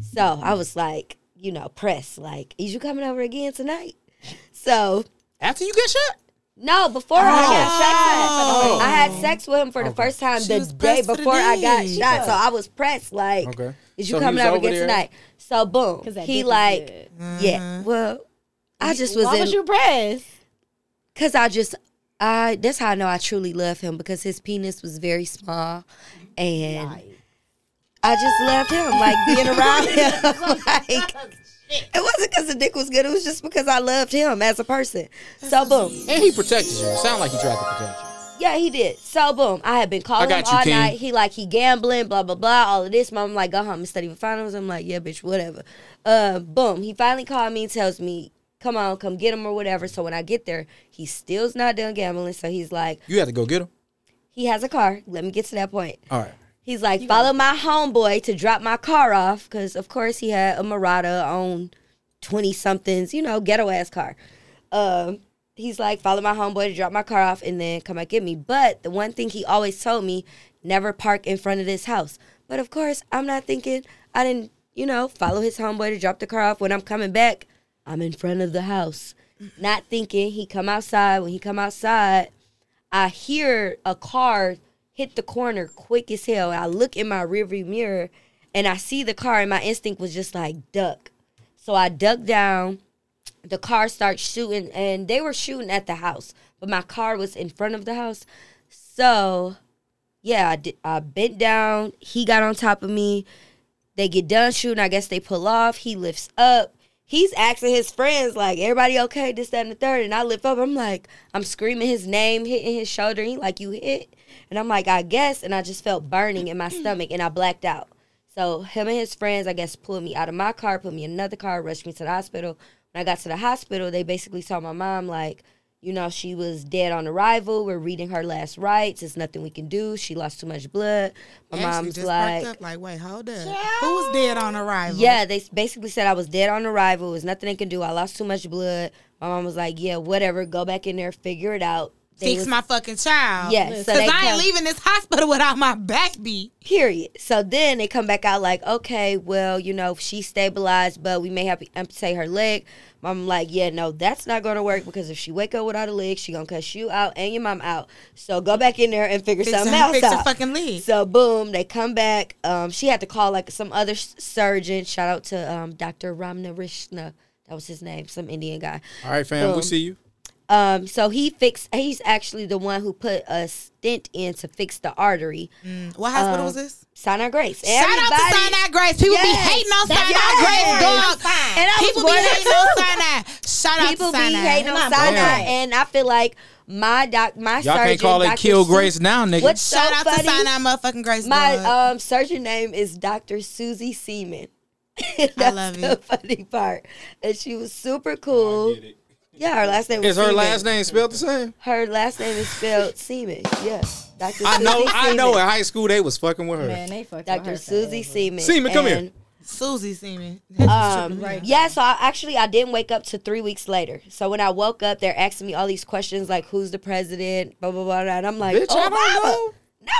Speaker 3: So I was like, you know, press, like, is you coming over again tonight? So
Speaker 1: After you get shot,
Speaker 3: no, before I got sex
Speaker 2: Oh.
Speaker 3: with him, I had sex with him for the first time
Speaker 2: She
Speaker 3: the
Speaker 2: was
Speaker 3: day
Speaker 2: pressed for the
Speaker 3: before I got
Speaker 2: dick.
Speaker 3: shot. So I was pressed, like,
Speaker 1: Okay.
Speaker 3: is
Speaker 1: So
Speaker 3: you
Speaker 1: he
Speaker 3: coming
Speaker 1: was
Speaker 3: over
Speaker 1: over
Speaker 3: again
Speaker 1: there?
Speaker 3: tonight? So boom,
Speaker 4: 'Cause that dick
Speaker 3: he
Speaker 4: is
Speaker 3: like,
Speaker 4: good.
Speaker 3: yeah, well, I just was
Speaker 5: Why
Speaker 3: in,
Speaker 5: was you pressed?
Speaker 3: cause I just, I that's how I know I truly love him because his penis was very small, and I just loved him, like being around him, like. It wasn't because the dick was good. It was just because I loved him as a person. So boom,
Speaker 1: and he protected you. It sounded like he tried to protect you.
Speaker 3: Yeah, he did. So boom, I had been calling
Speaker 1: got
Speaker 3: him
Speaker 1: you,
Speaker 3: all
Speaker 1: King.
Speaker 3: night. He like he gambling, blah blah blah, all of this. Mom like go home and study for finals. I'm like, yeah, bitch, whatever. Uh, boom, he finally called me and tells me, come on, come get him or whatever. So when I get there, he still's not done gambling. So he's like,
Speaker 1: You had to go get him.
Speaker 3: he has a car. Let me get to that point.
Speaker 1: All right.
Speaker 3: He's like, follow my homeboy to drop my car off because, of course, he had a Murata on 20 somethings, you know, ghetto ass car. Um, he's like, follow my homeboy to drop my car off and then come back get me. But the one thing he always told me, never park in front of this house. But of course, I'm not thinking, I didn't, you know, follow his homeboy to drop the car off. When I'm coming back, I'm in front of the house. Not thinking, he come outside. When he come outside, I hear a car hit the corner quick as hell. I look in my rearview mirror and I see the car, and my instinct was just like, duck. So I ducked down. The car starts shooting, and they were shooting at the house, but my car was in front of the house. So, yeah, I, did, I bent down. He got on top of me. They get done shooting. I guess they pull off. He lifts up. He's asking his friends, like, everybody okay? This, that, and the third. And I lift up. I'm like, I'm screaming his name, hitting his shoulder. He like, you hit? And I'm like, I guess. And I just felt burning in my stomach and I blacked out. So him and his friends, I guess, pulled me out of my car, put me in another car, rushed me to the hospital. When I got to the hospital, they basically told my mom like, you know, she was dead on arrival. We're reading her last rites. It's nothing we can do. She lost too much blood. My
Speaker 2: Ashley
Speaker 3: mom's
Speaker 2: just
Speaker 3: like,
Speaker 2: perked up like, wait, hold up. Who was dead on arrival?
Speaker 3: yeah, they s- basically said I was dead on arrival. There's nothing they can do. I lost too much blood. My mom was like, yeah, whatever. Go back in there, figure it out. They
Speaker 2: Fix
Speaker 3: was-
Speaker 2: my fucking child.
Speaker 3: Yes, so
Speaker 2: Because
Speaker 3: they
Speaker 2: I ain't
Speaker 3: come-
Speaker 2: leaving this hospital without my backbeat.
Speaker 3: Period. So then they come back out like, okay, well, you know, she stabilized, but we may have to amputate her leg. Mom like, yeah, no, that's not gonna work because if she wake up without a leg, she gonna cuss you out and your mom out. So go back in there and figure
Speaker 2: Fix,
Speaker 3: something
Speaker 2: her,
Speaker 3: else
Speaker 2: fix her
Speaker 3: out.
Speaker 2: fucking leg.
Speaker 3: So boom, they come back. Um, she had to call like some other s- surgeon. Shout out to um, Dr. Ramna Rishna. That was his name, some Indian guy.
Speaker 1: All right, fam. We
Speaker 3: Boom.
Speaker 1: see you.
Speaker 3: Um, so he fixed. He's actually the one who put a stent in to fix the artery.
Speaker 2: Mm, what
Speaker 3: um,
Speaker 2: hospital was this?
Speaker 3: Sinai Grace.
Speaker 2: Shout out to
Speaker 3: Everybody-
Speaker 2: Sinai Grace. People
Speaker 3: Yes.
Speaker 2: be hating on Sinai
Speaker 3: Yes.
Speaker 2: Grace, dog.
Speaker 3: And I was
Speaker 2: People be
Speaker 3: born in-
Speaker 2: hating on Sinai. Shout out
Speaker 3: people
Speaker 2: to
Speaker 3: be
Speaker 2: Sinai.
Speaker 3: hating on
Speaker 1: Come on,
Speaker 3: Sinai,
Speaker 1: bro.
Speaker 3: and I feel like my doc, my
Speaker 1: Y'all
Speaker 3: surgeon,
Speaker 1: can't call it
Speaker 3: Dr.
Speaker 1: kill
Speaker 3: Sue-
Speaker 1: Grace now, nigga.
Speaker 3: What's so
Speaker 2: Shout out to
Speaker 3: funny?
Speaker 2: Sinai motherfucking Grace,
Speaker 3: My
Speaker 2: dog.
Speaker 3: um, surgeon name is Dr. Susie Seaman. That's
Speaker 2: love
Speaker 3: the
Speaker 2: it.
Speaker 3: funny part, and she was super cool.
Speaker 6: Oh, Get it.
Speaker 3: Yeah, her last name was
Speaker 1: Is her
Speaker 3: Seaman.
Speaker 1: last name spelled the same?
Speaker 3: Her last name is spelled Seaman. Yeah, Dr.
Speaker 1: I know.
Speaker 3: Susie
Speaker 1: I know.
Speaker 3: Seaman.
Speaker 1: In high school, they was fucking with her.
Speaker 4: Man, they fucked with
Speaker 3: Dr.
Speaker 4: her
Speaker 3: Susie Seaman.
Speaker 1: Seaman, come here.
Speaker 3: And,
Speaker 2: Susie Seaman.
Speaker 3: Um, yeah, so I actually I didn't wake up to three weeks later. So when I woke up, they're asking me all these questions like, "Who's the president?" Blah blah blah, blah. and I'm like, oh,
Speaker 1: Bitch,
Speaker 3: Obama.
Speaker 1: I don't know.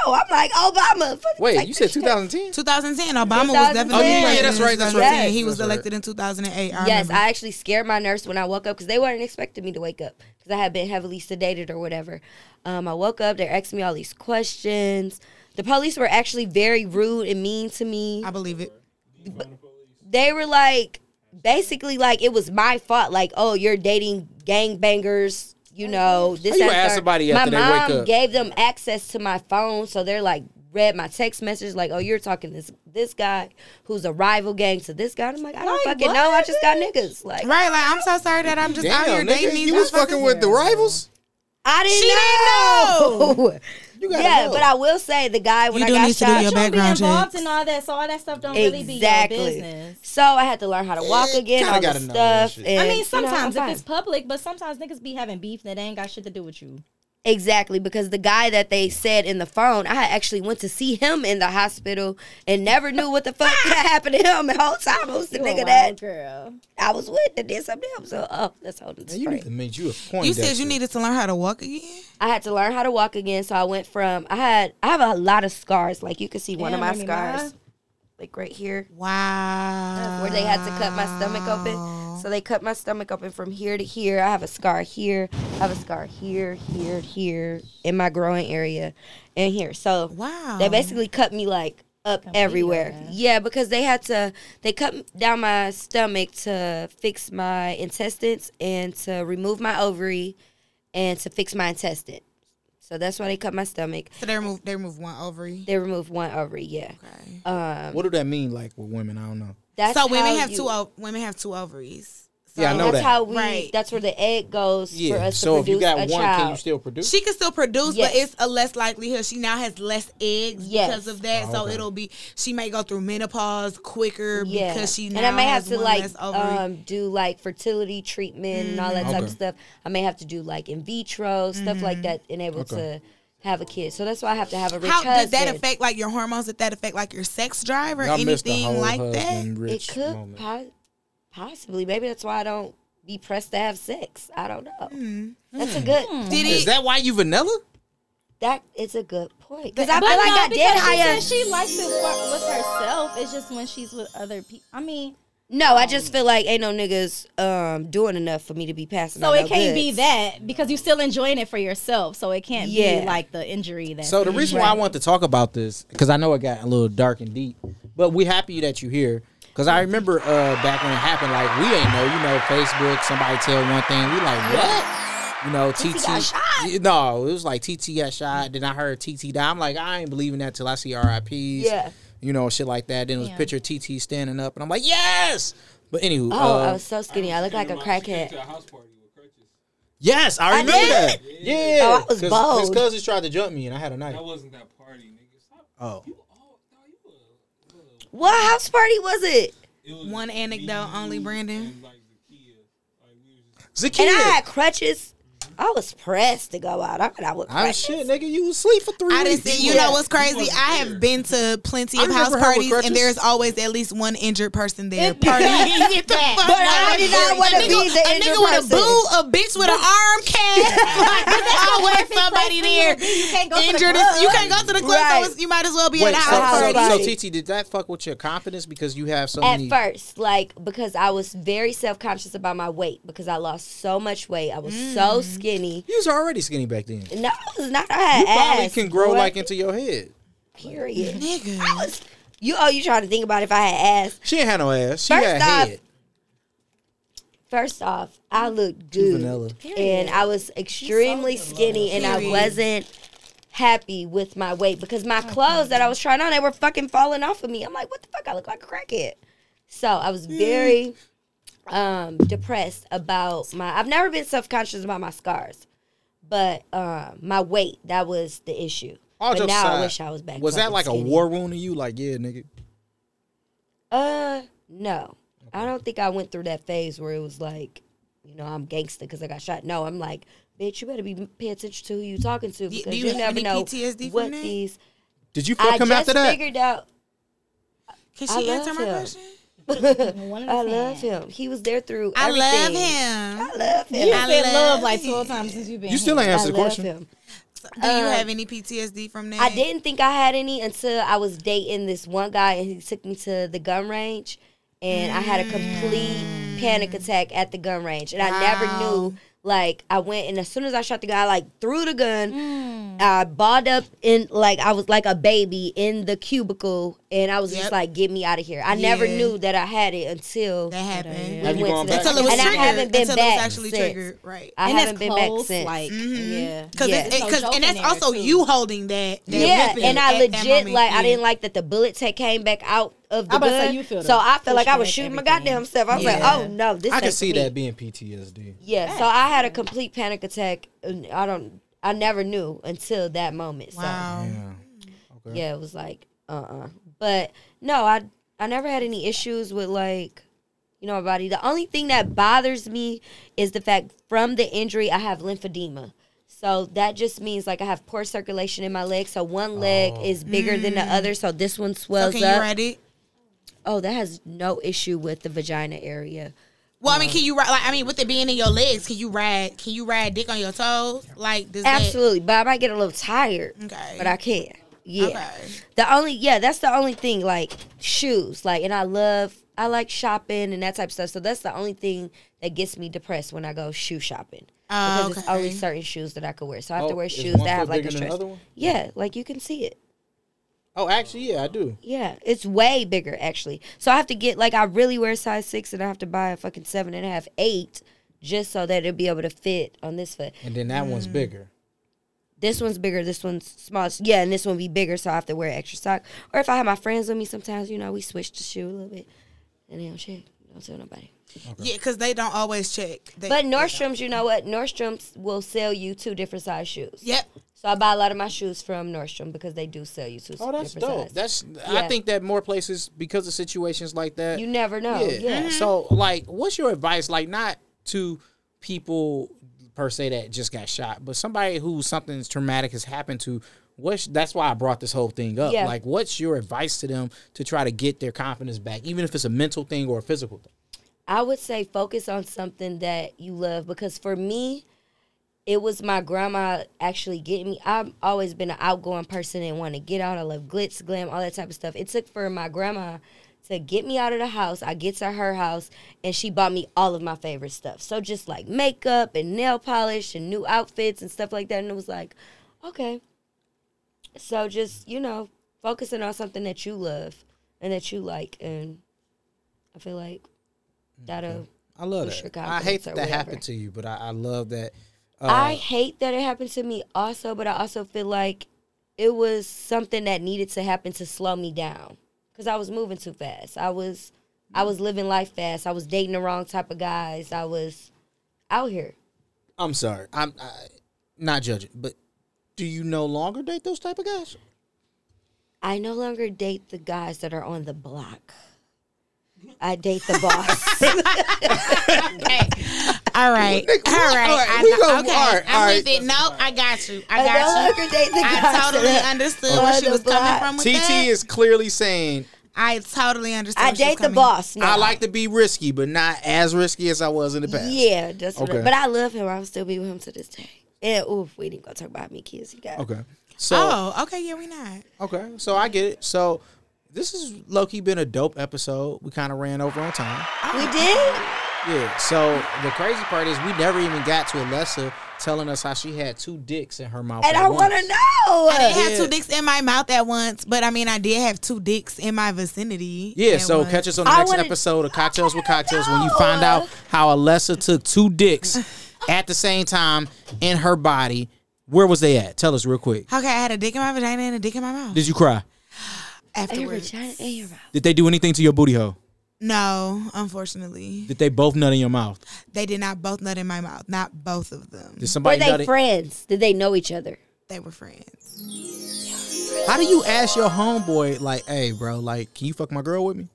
Speaker 3: No, I'm like Obama. Fucking
Speaker 1: Wait,
Speaker 3: take
Speaker 1: you
Speaker 3: this
Speaker 1: said
Speaker 3: shit.
Speaker 1: 2010?
Speaker 2: 2010. Obama was
Speaker 3: 2010.
Speaker 2: definitely.
Speaker 3: Oh, yeah, yeah,
Speaker 1: that's right, that's
Speaker 2: president
Speaker 3: right.
Speaker 2: in 2010. He was
Speaker 1: That's right.
Speaker 2: elected in 2008. I
Speaker 3: Yes,
Speaker 2: remember.
Speaker 3: I actually scared my nurse when I woke up because they weren't expecting me to wake up because I had been heavily sedated or whatever. Um, I woke up. They're asking me all these questions. The police were actually very rude and mean to me.
Speaker 2: I believe it.
Speaker 3: they were like basically like it was my fault like oh you're dating gangbangers you know this
Speaker 1: you
Speaker 3: that,
Speaker 1: gonna ask
Speaker 3: third.
Speaker 1: somebody
Speaker 3: my
Speaker 1: after they wake
Speaker 3: mom
Speaker 1: up?
Speaker 3: gave them access to my phone so they're like read my text message like oh you're talking this this guy who's a rival gang to this guy And i'm like i don't
Speaker 4: Like,
Speaker 3: fucking
Speaker 4: what?
Speaker 3: know i just got niggas like
Speaker 2: Right, like I'm so sorry that I'm just out here
Speaker 1: Damn,
Speaker 2: dating
Speaker 1: nigga,
Speaker 2: these
Speaker 1: you was fucking
Speaker 2: motherfuckers.
Speaker 1: with the rivals.
Speaker 3: i didn't
Speaker 2: She
Speaker 3: know,
Speaker 2: didn't
Speaker 1: You gotta
Speaker 3: yeah
Speaker 1: know.
Speaker 3: but i will say the guy when
Speaker 2: You
Speaker 3: i
Speaker 2: do
Speaker 3: got
Speaker 2: need to do
Speaker 3: shot
Speaker 2: your
Speaker 4: But you don't be
Speaker 2: background
Speaker 4: involved
Speaker 2: checks.
Speaker 4: in all that, so all that stuff don't really be your
Speaker 3: exactly
Speaker 4: business.
Speaker 3: so i had to learn how to walk
Speaker 1: Eh,
Speaker 3: again
Speaker 1: kinda
Speaker 3: all
Speaker 1: gotta
Speaker 3: this
Speaker 1: know that
Speaker 3: stuff
Speaker 1: shit.
Speaker 3: and,
Speaker 4: I
Speaker 3: you know,
Speaker 4: mean,
Speaker 3: I'm
Speaker 4: sometimes
Speaker 3: fine.
Speaker 4: if it's public, but sometimes niggas be having beef that ain't got shit to do with you.
Speaker 3: Exactly, because the guy that they said in the phone, I actually went to see him in the hospital and never knew what the fuck could have happened to him. The whole time I was the
Speaker 4: You a
Speaker 3: nigga
Speaker 4: wild
Speaker 3: that
Speaker 4: girl.
Speaker 3: I was with that did something else. So, oh, that's holding
Speaker 1: Man, you need to
Speaker 3: spray.
Speaker 1: make you a point.
Speaker 2: You
Speaker 1: that
Speaker 2: said you
Speaker 1: shit.
Speaker 2: needed to learn how to walk again.
Speaker 3: I had to learn how to walk again. So I went from I had I have a lot of scars. Like you can see one of
Speaker 4: Damn,
Speaker 3: my
Speaker 4: Remy Ma.
Speaker 3: scars, like right here,
Speaker 2: Wow.
Speaker 3: where they had to cut my stomach open. So they cut my stomach open from here to here. I have a scar here. I have a scar here, here, here in my groin area, and here. So
Speaker 2: Wow.
Speaker 3: They basically cut me like up everywhere. Yeah, because they had to they cut down my stomach to fix my intestines and to remove my ovary and to fix my intestine. So that's why they cut my stomach.
Speaker 2: So they removed they removed one ovary.
Speaker 3: They removed one ovary. Yeah.
Speaker 2: Okay.
Speaker 3: Um.
Speaker 1: What do that mean, like with women? I don't know.
Speaker 3: That's
Speaker 2: so women
Speaker 3: how
Speaker 2: have
Speaker 3: you-
Speaker 2: two o- women have two ovaries. So
Speaker 1: Yeah, I
Speaker 3: and
Speaker 1: know that.
Speaker 3: that's how we.
Speaker 2: Right.
Speaker 3: That's where the egg goes for
Speaker 1: Yeah.
Speaker 3: us
Speaker 1: So
Speaker 3: to
Speaker 1: if you
Speaker 3: produce
Speaker 1: got
Speaker 3: a
Speaker 1: one,
Speaker 3: child.
Speaker 1: can you still produce?
Speaker 2: She can still produce,
Speaker 3: Yes.
Speaker 2: but it's a less likelihood. She now has less eggs
Speaker 3: Yes.
Speaker 2: because of that. so
Speaker 1: Oh, okay.
Speaker 2: it'll be she may go through menopause quicker
Speaker 3: yeah.
Speaker 2: because she now
Speaker 3: and I may
Speaker 2: has
Speaker 3: have to
Speaker 2: one
Speaker 3: like
Speaker 2: less ovary.
Speaker 3: um, do like fertility treatment and all that type of
Speaker 1: Okay.
Speaker 3: stuff. I may have to do like in vitro stuff like that in able
Speaker 1: Okay.
Speaker 3: to have a kid. So that's why I have to have a rich
Speaker 2: Mm-hmm. How does
Speaker 3: husband.
Speaker 2: that affect like your hormones? Did that affect like your sex drive or
Speaker 1: Y'all missed the
Speaker 2: anything
Speaker 1: whole
Speaker 2: like that?
Speaker 1: husband
Speaker 3: It
Speaker 1: rich
Speaker 3: could
Speaker 1: moment.
Speaker 3: po- possibly. Maybe that's why I don't be pressed to have sex. I don't know.
Speaker 2: Hmm.
Speaker 3: That's
Speaker 1: Hmm.
Speaker 3: a good.
Speaker 2: Did
Speaker 1: Is
Speaker 2: it?
Speaker 1: that why you vanilla?
Speaker 3: That is a good point. Because I
Speaker 4: But
Speaker 3: feel like
Speaker 4: no,
Speaker 3: I did
Speaker 4: because she
Speaker 3: hire.
Speaker 4: said she likes to fuck with herself. It's just when she's with other people. I mean,
Speaker 3: No, I just feel like ain't no niggas um, doing enough for me to be passing.
Speaker 4: so
Speaker 3: on
Speaker 4: it
Speaker 3: no goods.
Speaker 4: can't be that because you're still enjoying it for yourself. So it can't
Speaker 3: Yeah.
Speaker 4: be like the injury that.
Speaker 1: So the reason why I want to talk about this because I know it got a little dark and deep, but we happy that you here because I remember uh, back when it happened, like we ain't know, you know, Facebook. Somebody tell one thing, we like what? You know, TT.
Speaker 3: got shot.
Speaker 1: No, it was like TT got shot. Then I heard TT die. I'm like, I ain't believing that till I see RIPs.
Speaker 3: Yeah.
Speaker 1: You know, shit like that. Then it was a
Speaker 4: Yeah.
Speaker 1: picture of TT standing up, and I'm like, yes. But anywho,
Speaker 3: Oh,
Speaker 1: uh,
Speaker 3: I was so skinny. I look like a
Speaker 6: She came
Speaker 3: crackhead.
Speaker 6: to a house party with crutches.
Speaker 1: yes, I remember
Speaker 3: did?
Speaker 1: that. Yeah,
Speaker 3: Oh, I was
Speaker 1: His
Speaker 3: bold.
Speaker 1: cousins tried to jump me, and I had a knife.
Speaker 6: That wasn't that party, nigga. Stop.
Speaker 1: Oh,
Speaker 6: You all, no, you a little
Speaker 3: What house party was it?
Speaker 6: It was
Speaker 2: One anecdote only, Brandon.
Speaker 6: and, like Zakiya. Like we was just
Speaker 1: Zakiya.
Speaker 3: And I had crutches. I was pressed to go out. I mean, I was
Speaker 1: Oh
Speaker 3: pressed.
Speaker 1: shit, nigga, you was asleep for three
Speaker 2: I
Speaker 1: weeks.
Speaker 2: just, and you know what's crazy? I have been to plenty
Speaker 1: I
Speaker 2: of
Speaker 1: remember her
Speaker 2: house
Speaker 1: with
Speaker 2: parties,
Speaker 1: crutches.
Speaker 2: and there's always at least one injured person there. partying.
Speaker 5: Get back.
Speaker 2: But
Speaker 3: I did not wanna be the
Speaker 2: A
Speaker 3: injured
Speaker 2: nigga with a
Speaker 3: person.
Speaker 2: boo, a bitch with an arm cast. Like, there's always somebody there
Speaker 4: can't go to the
Speaker 2: injured. as- You can't go to the club,
Speaker 3: Right.
Speaker 2: so it's, you might as well be
Speaker 1: Wait,
Speaker 2: at
Speaker 1: so,
Speaker 2: a house
Speaker 1: so,
Speaker 2: party.
Speaker 1: so,
Speaker 3: party.
Speaker 1: TT, did that fuck with your confidence because you have so
Speaker 3: At
Speaker 1: many?
Speaker 3: first, like because I was very self conscious about my weight because I lost so much weight. I was so skinny.
Speaker 1: You was already skinny back then.
Speaker 3: No, I was not. I had
Speaker 1: You probably
Speaker 3: ass,
Speaker 1: can grow
Speaker 3: boy.
Speaker 1: like into your head.
Speaker 3: period. I
Speaker 2: Nigga.
Speaker 3: was. You oh, you trying to think about if I had ass?
Speaker 1: She ain't had no ass. She
Speaker 3: First
Speaker 1: had
Speaker 3: off,
Speaker 1: head.
Speaker 3: First off, I looked
Speaker 1: Mm. She's
Speaker 3: good,
Speaker 1: vanilla.
Speaker 3: and I was extremely skinny, and I
Speaker 2: Period.
Speaker 3: wasn't happy with my weight because my clothes that I was trying on they were fucking falling off of me. I'm like, what the fuck? I look like a crackhead. So I
Speaker 1: Mm.
Speaker 3: was very um, depressed about my. I've never been self conscious about my scars, but uh, my weight that was the issue.
Speaker 1: All
Speaker 3: but
Speaker 1: jokes
Speaker 3: now
Speaker 1: aside,
Speaker 3: I wish I was back.
Speaker 1: Was that
Speaker 3: fucking
Speaker 1: like a
Speaker 3: skinny.
Speaker 1: war wound to you? Like, yeah, nigga.
Speaker 3: Uh, no. I don't think I went through that phase where it was like, you know, I'm gangster because I got shot. No, I'm like, bitch, you better be pay attention to who you talking to because
Speaker 2: do you
Speaker 3: you,
Speaker 2: have
Speaker 3: never
Speaker 2: any
Speaker 3: know
Speaker 2: PTSD from
Speaker 3: what
Speaker 2: that?
Speaker 3: these.
Speaker 1: Did you fuck
Speaker 3: I
Speaker 1: him
Speaker 3: just
Speaker 1: after that?
Speaker 3: figured out.
Speaker 2: Can
Speaker 3: I
Speaker 2: she
Speaker 3: love
Speaker 2: answer my
Speaker 3: him.
Speaker 2: question?
Speaker 3: I love him. He was there through.
Speaker 2: I love
Speaker 3: everything.
Speaker 2: him.
Speaker 3: I love him.
Speaker 5: You
Speaker 2: I
Speaker 5: said
Speaker 2: love
Speaker 5: love like
Speaker 2: it.
Speaker 5: 12 times since you've been
Speaker 1: You still
Speaker 5: here.
Speaker 1: ain't
Speaker 3: I
Speaker 1: answered the
Speaker 3: love
Speaker 1: question.
Speaker 3: him.
Speaker 2: Do you have any PTSD from that?
Speaker 3: I didn't think I had any until I was dating this one guy and he took me to the gun range and I had a complete panic attack at the gun range and I never
Speaker 2: Wow.
Speaker 3: knew like I went and as soon as I shot the guy I like threw the gun I balled up in like I was like a baby in the cubicle and I was
Speaker 2: Yep.
Speaker 3: just like get me out of here. I never
Speaker 2: Yeah.
Speaker 3: knew that I had it until
Speaker 2: That happened.
Speaker 1: Have
Speaker 3: we
Speaker 1: you
Speaker 3: went
Speaker 1: gone
Speaker 3: to that
Speaker 1: back?
Speaker 2: Until it was
Speaker 3: and
Speaker 2: triggered.
Speaker 3: I haven't been
Speaker 2: until
Speaker 3: back
Speaker 2: it was actually
Speaker 3: since.
Speaker 2: triggered. Right.
Speaker 3: I
Speaker 5: and that's
Speaker 3: haven't been
Speaker 5: close,
Speaker 3: back since.
Speaker 5: Like, yeah.
Speaker 2: Because
Speaker 3: Yeah.
Speaker 5: There's no
Speaker 2: because
Speaker 5: joke
Speaker 2: and
Speaker 5: in
Speaker 2: Mm-hmm. that's
Speaker 5: there,
Speaker 2: also
Speaker 5: too.
Speaker 2: you holding that. that
Speaker 3: Yeah,
Speaker 2: weapon
Speaker 3: and I
Speaker 2: at that
Speaker 3: legit
Speaker 2: moment.
Speaker 3: like
Speaker 2: Yeah.
Speaker 3: I didn't like that the bullets had came back out of the
Speaker 5: I'm about to say,
Speaker 3: gun.
Speaker 5: you feel the
Speaker 3: so I felt like I was
Speaker 5: pushback,
Speaker 3: shooting my
Speaker 5: everything.
Speaker 3: goddamn self. I was
Speaker 2: Yeah.
Speaker 3: like, oh no, this.
Speaker 1: I
Speaker 3: ain't
Speaker 1: can
Speaker 3: for
Speaker 1: see
Speaker 3: me.
Speaker 1: that being PTSD.
Speaker 3: Yeah, so I had a complete panic attack. and I don't. I never knew until that moment. So
Speaker 2: Wow.
Speaker 1: Yeah. Okay.
Speaker 3: yeah, it was like uh uh But no, I I never had any issues with like you know my body. The only thing that bothers me is the fact from the injury I have lymphedema. So that just means like I have poor circulation in my leg. So one leg
Speaker 1: Oh.
Speaker 3: is bigger than the other. So this one
Speaker 2: So
Speaker 3: swells
Speaker 2: can
Speaker 3: up.
Speaker 2: you write it?
Speaker 3: Oh, that has no issue with the vagina area.
Speaker 2: Well, I mean, can you ride? Like, I mean, with it being in your legs, can you ride? Can you ride dick on your toes? Like, does
Speaker 3: Absolutely, but I might get a little tired.
Speaker 2: That, okay.
Speaker 3: But I can. Yeah.
Speaker 2: Okay.
Speaker 3: The only yeah, that's the only thing like shoes. Like and I love I like shopping and that type of stuff. So that's the only thing that gets me depressed when I go shoe shopping.
Speaker 2: Oh,
Speaker 3: Because it's
Speaker 2: okay.
Speaker 3: only certain shoes that I could wear. So I have to
Speaker 1: Oh,
Speaker 3: wear
Speaker 1: is
Speaker 3: shoes
Speaker 1: one
Speaker 3: that have
Speaker 1: foot
Speaker 3: like
Speaker 1: bigger
Speaker 3: a
Speaker 1: than the
Speaker 3: stretch.
Speaker 1: other one?
Speaker 3: Yeah, like you can see it.
Speaker 1: Oh, actually, yeah, I do.
Speaker 3: Yeah, it's way bigger actually. So I have to get like I really wear size six, and I have to buy a fucking seven and a half, eight, just so that it'll be able to fit on this foot.
Speaker 1: And then that
Speaker 3: mm,
Speaker 1: one's bigger.
Speaker 3: This one's bigger, this one's small. Yeah, and this one be bigger, so I have to wear extra sock. Or if I have my friends with me, sometimes you know we switch the shoe a little bit, and they don't check, don't tell nobody.
Speaker 2: Yeah, because they don't always check. They,
Speaker 3: But Nordstrom's, you know what? Nordstrom's will sell you two different size shoes.
Speaker 2: yep.
Speaker 3: So I buy a lot of my shoes from Nordstrom because they do sell you two
Speaker 1: Oh, that's dope.
Speaker 3: different size.
Speaker 1: That's I
Speaker 3: Yeah.
Speaker 1: think that more places because of situations like that.
Speaker 3: you never know.
Speaker 1: Oh, yeah. So, like, what's your advice? Like, not to people per se that just got shot, but somebody who something traumatic has happened to. What's that's why I brought this whole thing up.
Speaker 3: Yeah.
Speaker 1: Like, what's your advice to them to try to get their confidence back, even if it's a mental thing or a physical thing?
Speaker 3: I would say focus on something that you love because for me, it was my grandma actually getting me. I've always been an outgoing person and want to get out. I love glitz, glam, all that type of stuff. It took for my grandma to get me out of the house. I get to her house and she bought me all of my favorite stuff. So just like makeup and nail polish and new outfits and stuff like that. And it was like, okay. So just, you know, focusing on something that you love and that you like. And I feel like that'll.
Speaker 1: I love
Speaker 3: Boost
Speaker 1: that.
Speaker 3: your
Speaker 1: I hate
Speaker 3: confidence
Speaker 1: that
Speaker 3: or
Speaker 1: that
Speaker 3: whatever.
Speaker 1: happened to you, but I, I love that. Uh,
Speaker 3: I hate that it happened to me also, but I also feel like it was something that needed to happen to slow me down cuz I was moving too fast. I was I was living life fast. I was dating the wrong type of guys. I was out here.
Speaker 1: I'm sorry. I'm I, not judging, but do you no longer date those type of guys?
Speaker 3: I no longer date the guys that are on the block. I date the boss.
Speaker 2: Okay. All right. All right. I
Speaker 1: we
Speaker 2: got-
Speaker 1: go-
Speaker 2: okay.
Speaker 1: all right, all
Speaker 2: I'm
Speaker 1: right.
Speaker 2: with it. Nope. I got you. I
Speaker 3: I no
Speaker 2: got you.
Speaker 3: longer date the guys.
Speaker 2: I totally
Speaker 3: that-
Speaker 2: understood where she
Speaker 3: on
Speaker 2: was
Speaker 3: the
Speaker 2: coming
Speaker 3: block.
Speaker 2: from with that.
Speaker 1: TT is clearly saying
Speaker 2: I totally understood.
Speaker 3: I
Speaker 2: where she was
Speaker 3: date the
Speaker 2: coming-
Speaker 3: boss. Now.
Speaker 1: I like to be risky, but not as risky as I was in the past.
Speaker 3: Yeah, that's
Speaker 1: Okay.
Speaker 3: right. But I love him. I'll still be with him to this day. And oof, we didn't go talk about me kids. You got
Speaker 1: Okay. So
Speaker 2: Oh, okay. Yeah, we not.
Speaker 1: okay, so I get it. So this has Loki been a dope episode. We kind of ran over on time.
Speaker 3: We did.
Speaker 1: Yeah. So the crazy part is we never even got to Alessa telling us how she had two dicks in her mouth.
Speaker 3: And
Speaker 1: at
Speaker 3: I
Speaker 1: once.
Speaker 3: want to know.
Speaker 2: I didn't have
Speaker 1: Yeah.
Speaker 2: two dicks in my mouth at once, but I mean, I did have two dicks in my vicinity.
Speaker 1: Yeah,
Speaker 2: at
Speaker 1: so
Speaker 2: once.
Speaker 1: catch us on the
Speaker 3: I
Speaker 1: next
Speaker 3: wanna-
Speaker 1: episode of Cocktails with Cocktails when you find out how Alessa took two dicks at the same time in her body. Where was they at? Tell us real quick.
Speaker 2: Okay, I had a dick in my vagina and a dick in my mouth.
Speaker 1: Did you cry?
Speaker 3: And your
Speaker 2: Afterwards,
Speaker 3: vagina and your mouth.
Speaker 1: Did they do anything to your booty hole?
Speaker 2: no, unfortunately,
Speaker 1: Did they both nut in your mouth?
Speaker 2: they did not both nut in my mouth. Not both of them.
Speaker 1: Did
Speaker 3: Were
Speaker 1: somebody nut
Speaker 3: they
Speaker 1: it?
Speaker 3: friends? Did they know each other?
Speaker 2: They were friends.
Speaker 1: How do you ask your homeboy like, "Hey, bro, like, can you fuck my girl with me?"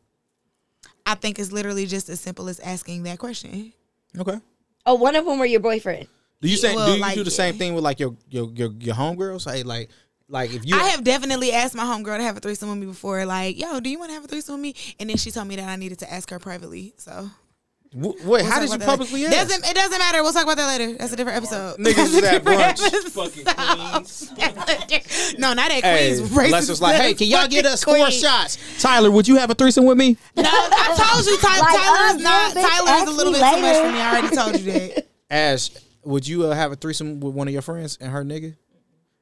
Speaker 2: I think it's literally just as simple as asking that question.
Speaker 1: Okay.
Speaker 3: Oh, one of them were your boyfriend.
Speaker 1: Do you say
Speaker 2: Well,
Speaker 1: do you
Speaker 2: like,
Speaker 1: do the same thing with like your your your, your homegirls? Hey, like like if you
Speaker 2: I have definitely asked my homegirl to have a threesome with me before. Like, yo, do you want to have a threesome with me? And then she told me that I needed to ask her privately. So.
Speaker 1: W- wait, how did
Speaker 2: We'll
Speaker 1: you
Speaker 2: talk about that
Speaker 1: publicly
Speaker 2: later.
Speaker 1: ask?
Speaker 2: Doesn't it doesn't matter. We'll talk about that later. That's a different episode.
Speaker 1: Niggas was at brunch.
Speaker 6: Fucking queens.
Speaker 2: no, not at
Speaker 1: Hey,
Speaker 2: Queens.
Speaker 1: Les was like,
Speaker 2: That's
Speaker 1: "Hey, can y'all
Speaker 2: fucking
Speaker 1: get us four
Speaker 2: Queen."
Speaker 1: shots?" Tyler, would you have a threesome with me?
Speaker 2: No, I told you, Tyler.
Speaker 3: Like,
Speaker 2: Tyler's
Speaker 3: uh,
Speaker 2: not.
Speaker 3: yeah, bitch,
Speaker 2: Tyler is
Speaker 3: ask
Speaker 2: a little
Speaker 3: me
Speaker 2: bit too much
Speaker 3: later.
Speaker 2: for me. I already told you that.
Speaker 1: Ash, would you uh, have a threesome with one of your friends and her nigga?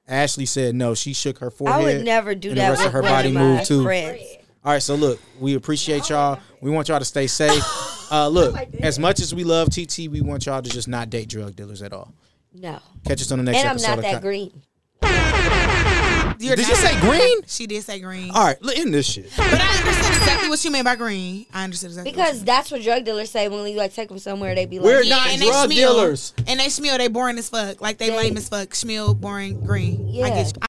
Speaker 1: Ashley said no. She shook her forehead.
Speaker 3: I would never do
Speaker 1: and
Speaker 3: that
Speaker 1: The rest
Speaker 3: with
Speaker 1: of her
Speaker 3: one
Speaker 1: body
Speaker 3: of my
Speaker 1: moved too.
Speaker 3: friends.
Speaker 1: All right, so look, we appreciate y'all. We want y'all to stay safe. Uh, look, as much as we love TT, we want y'all to just not date drug dealers at all.
Speaker 3: No.
Speaker 1: Catch us on the next
Speaker 3: And I'm
Speaker 1: episode.
Speaker 3: not
Speaker 1: of
Speaker 3: that
Speaker 1: Co-
Speaker 3: green.
Speaker 2: You're
Speaker 1: Did
Speaker 2: not-
Speaker 1: you say green? Oh.
Speaker 2: She did say green.
Speaker 1: All right, look in this shit.
Speaker 2: But I understood exactly what you meant by green. I understood exactly. what
Speaker 3: Because that's what drug dealers say when you like take them somewhere. They be like,
Speaker 1: We're
Speaker 2: you meant.
Speaker 1: not
Speaker 2: and they
Speaker 1: drug
Speaker 2: schmeal.
Speaker 1: dealers.
Speaker 2: And they schmeal. They boring as fuck. Like they lame as fuck. Schmeal, boring, green. I
Speaker 3: Yeah.
Speaker 2: get you.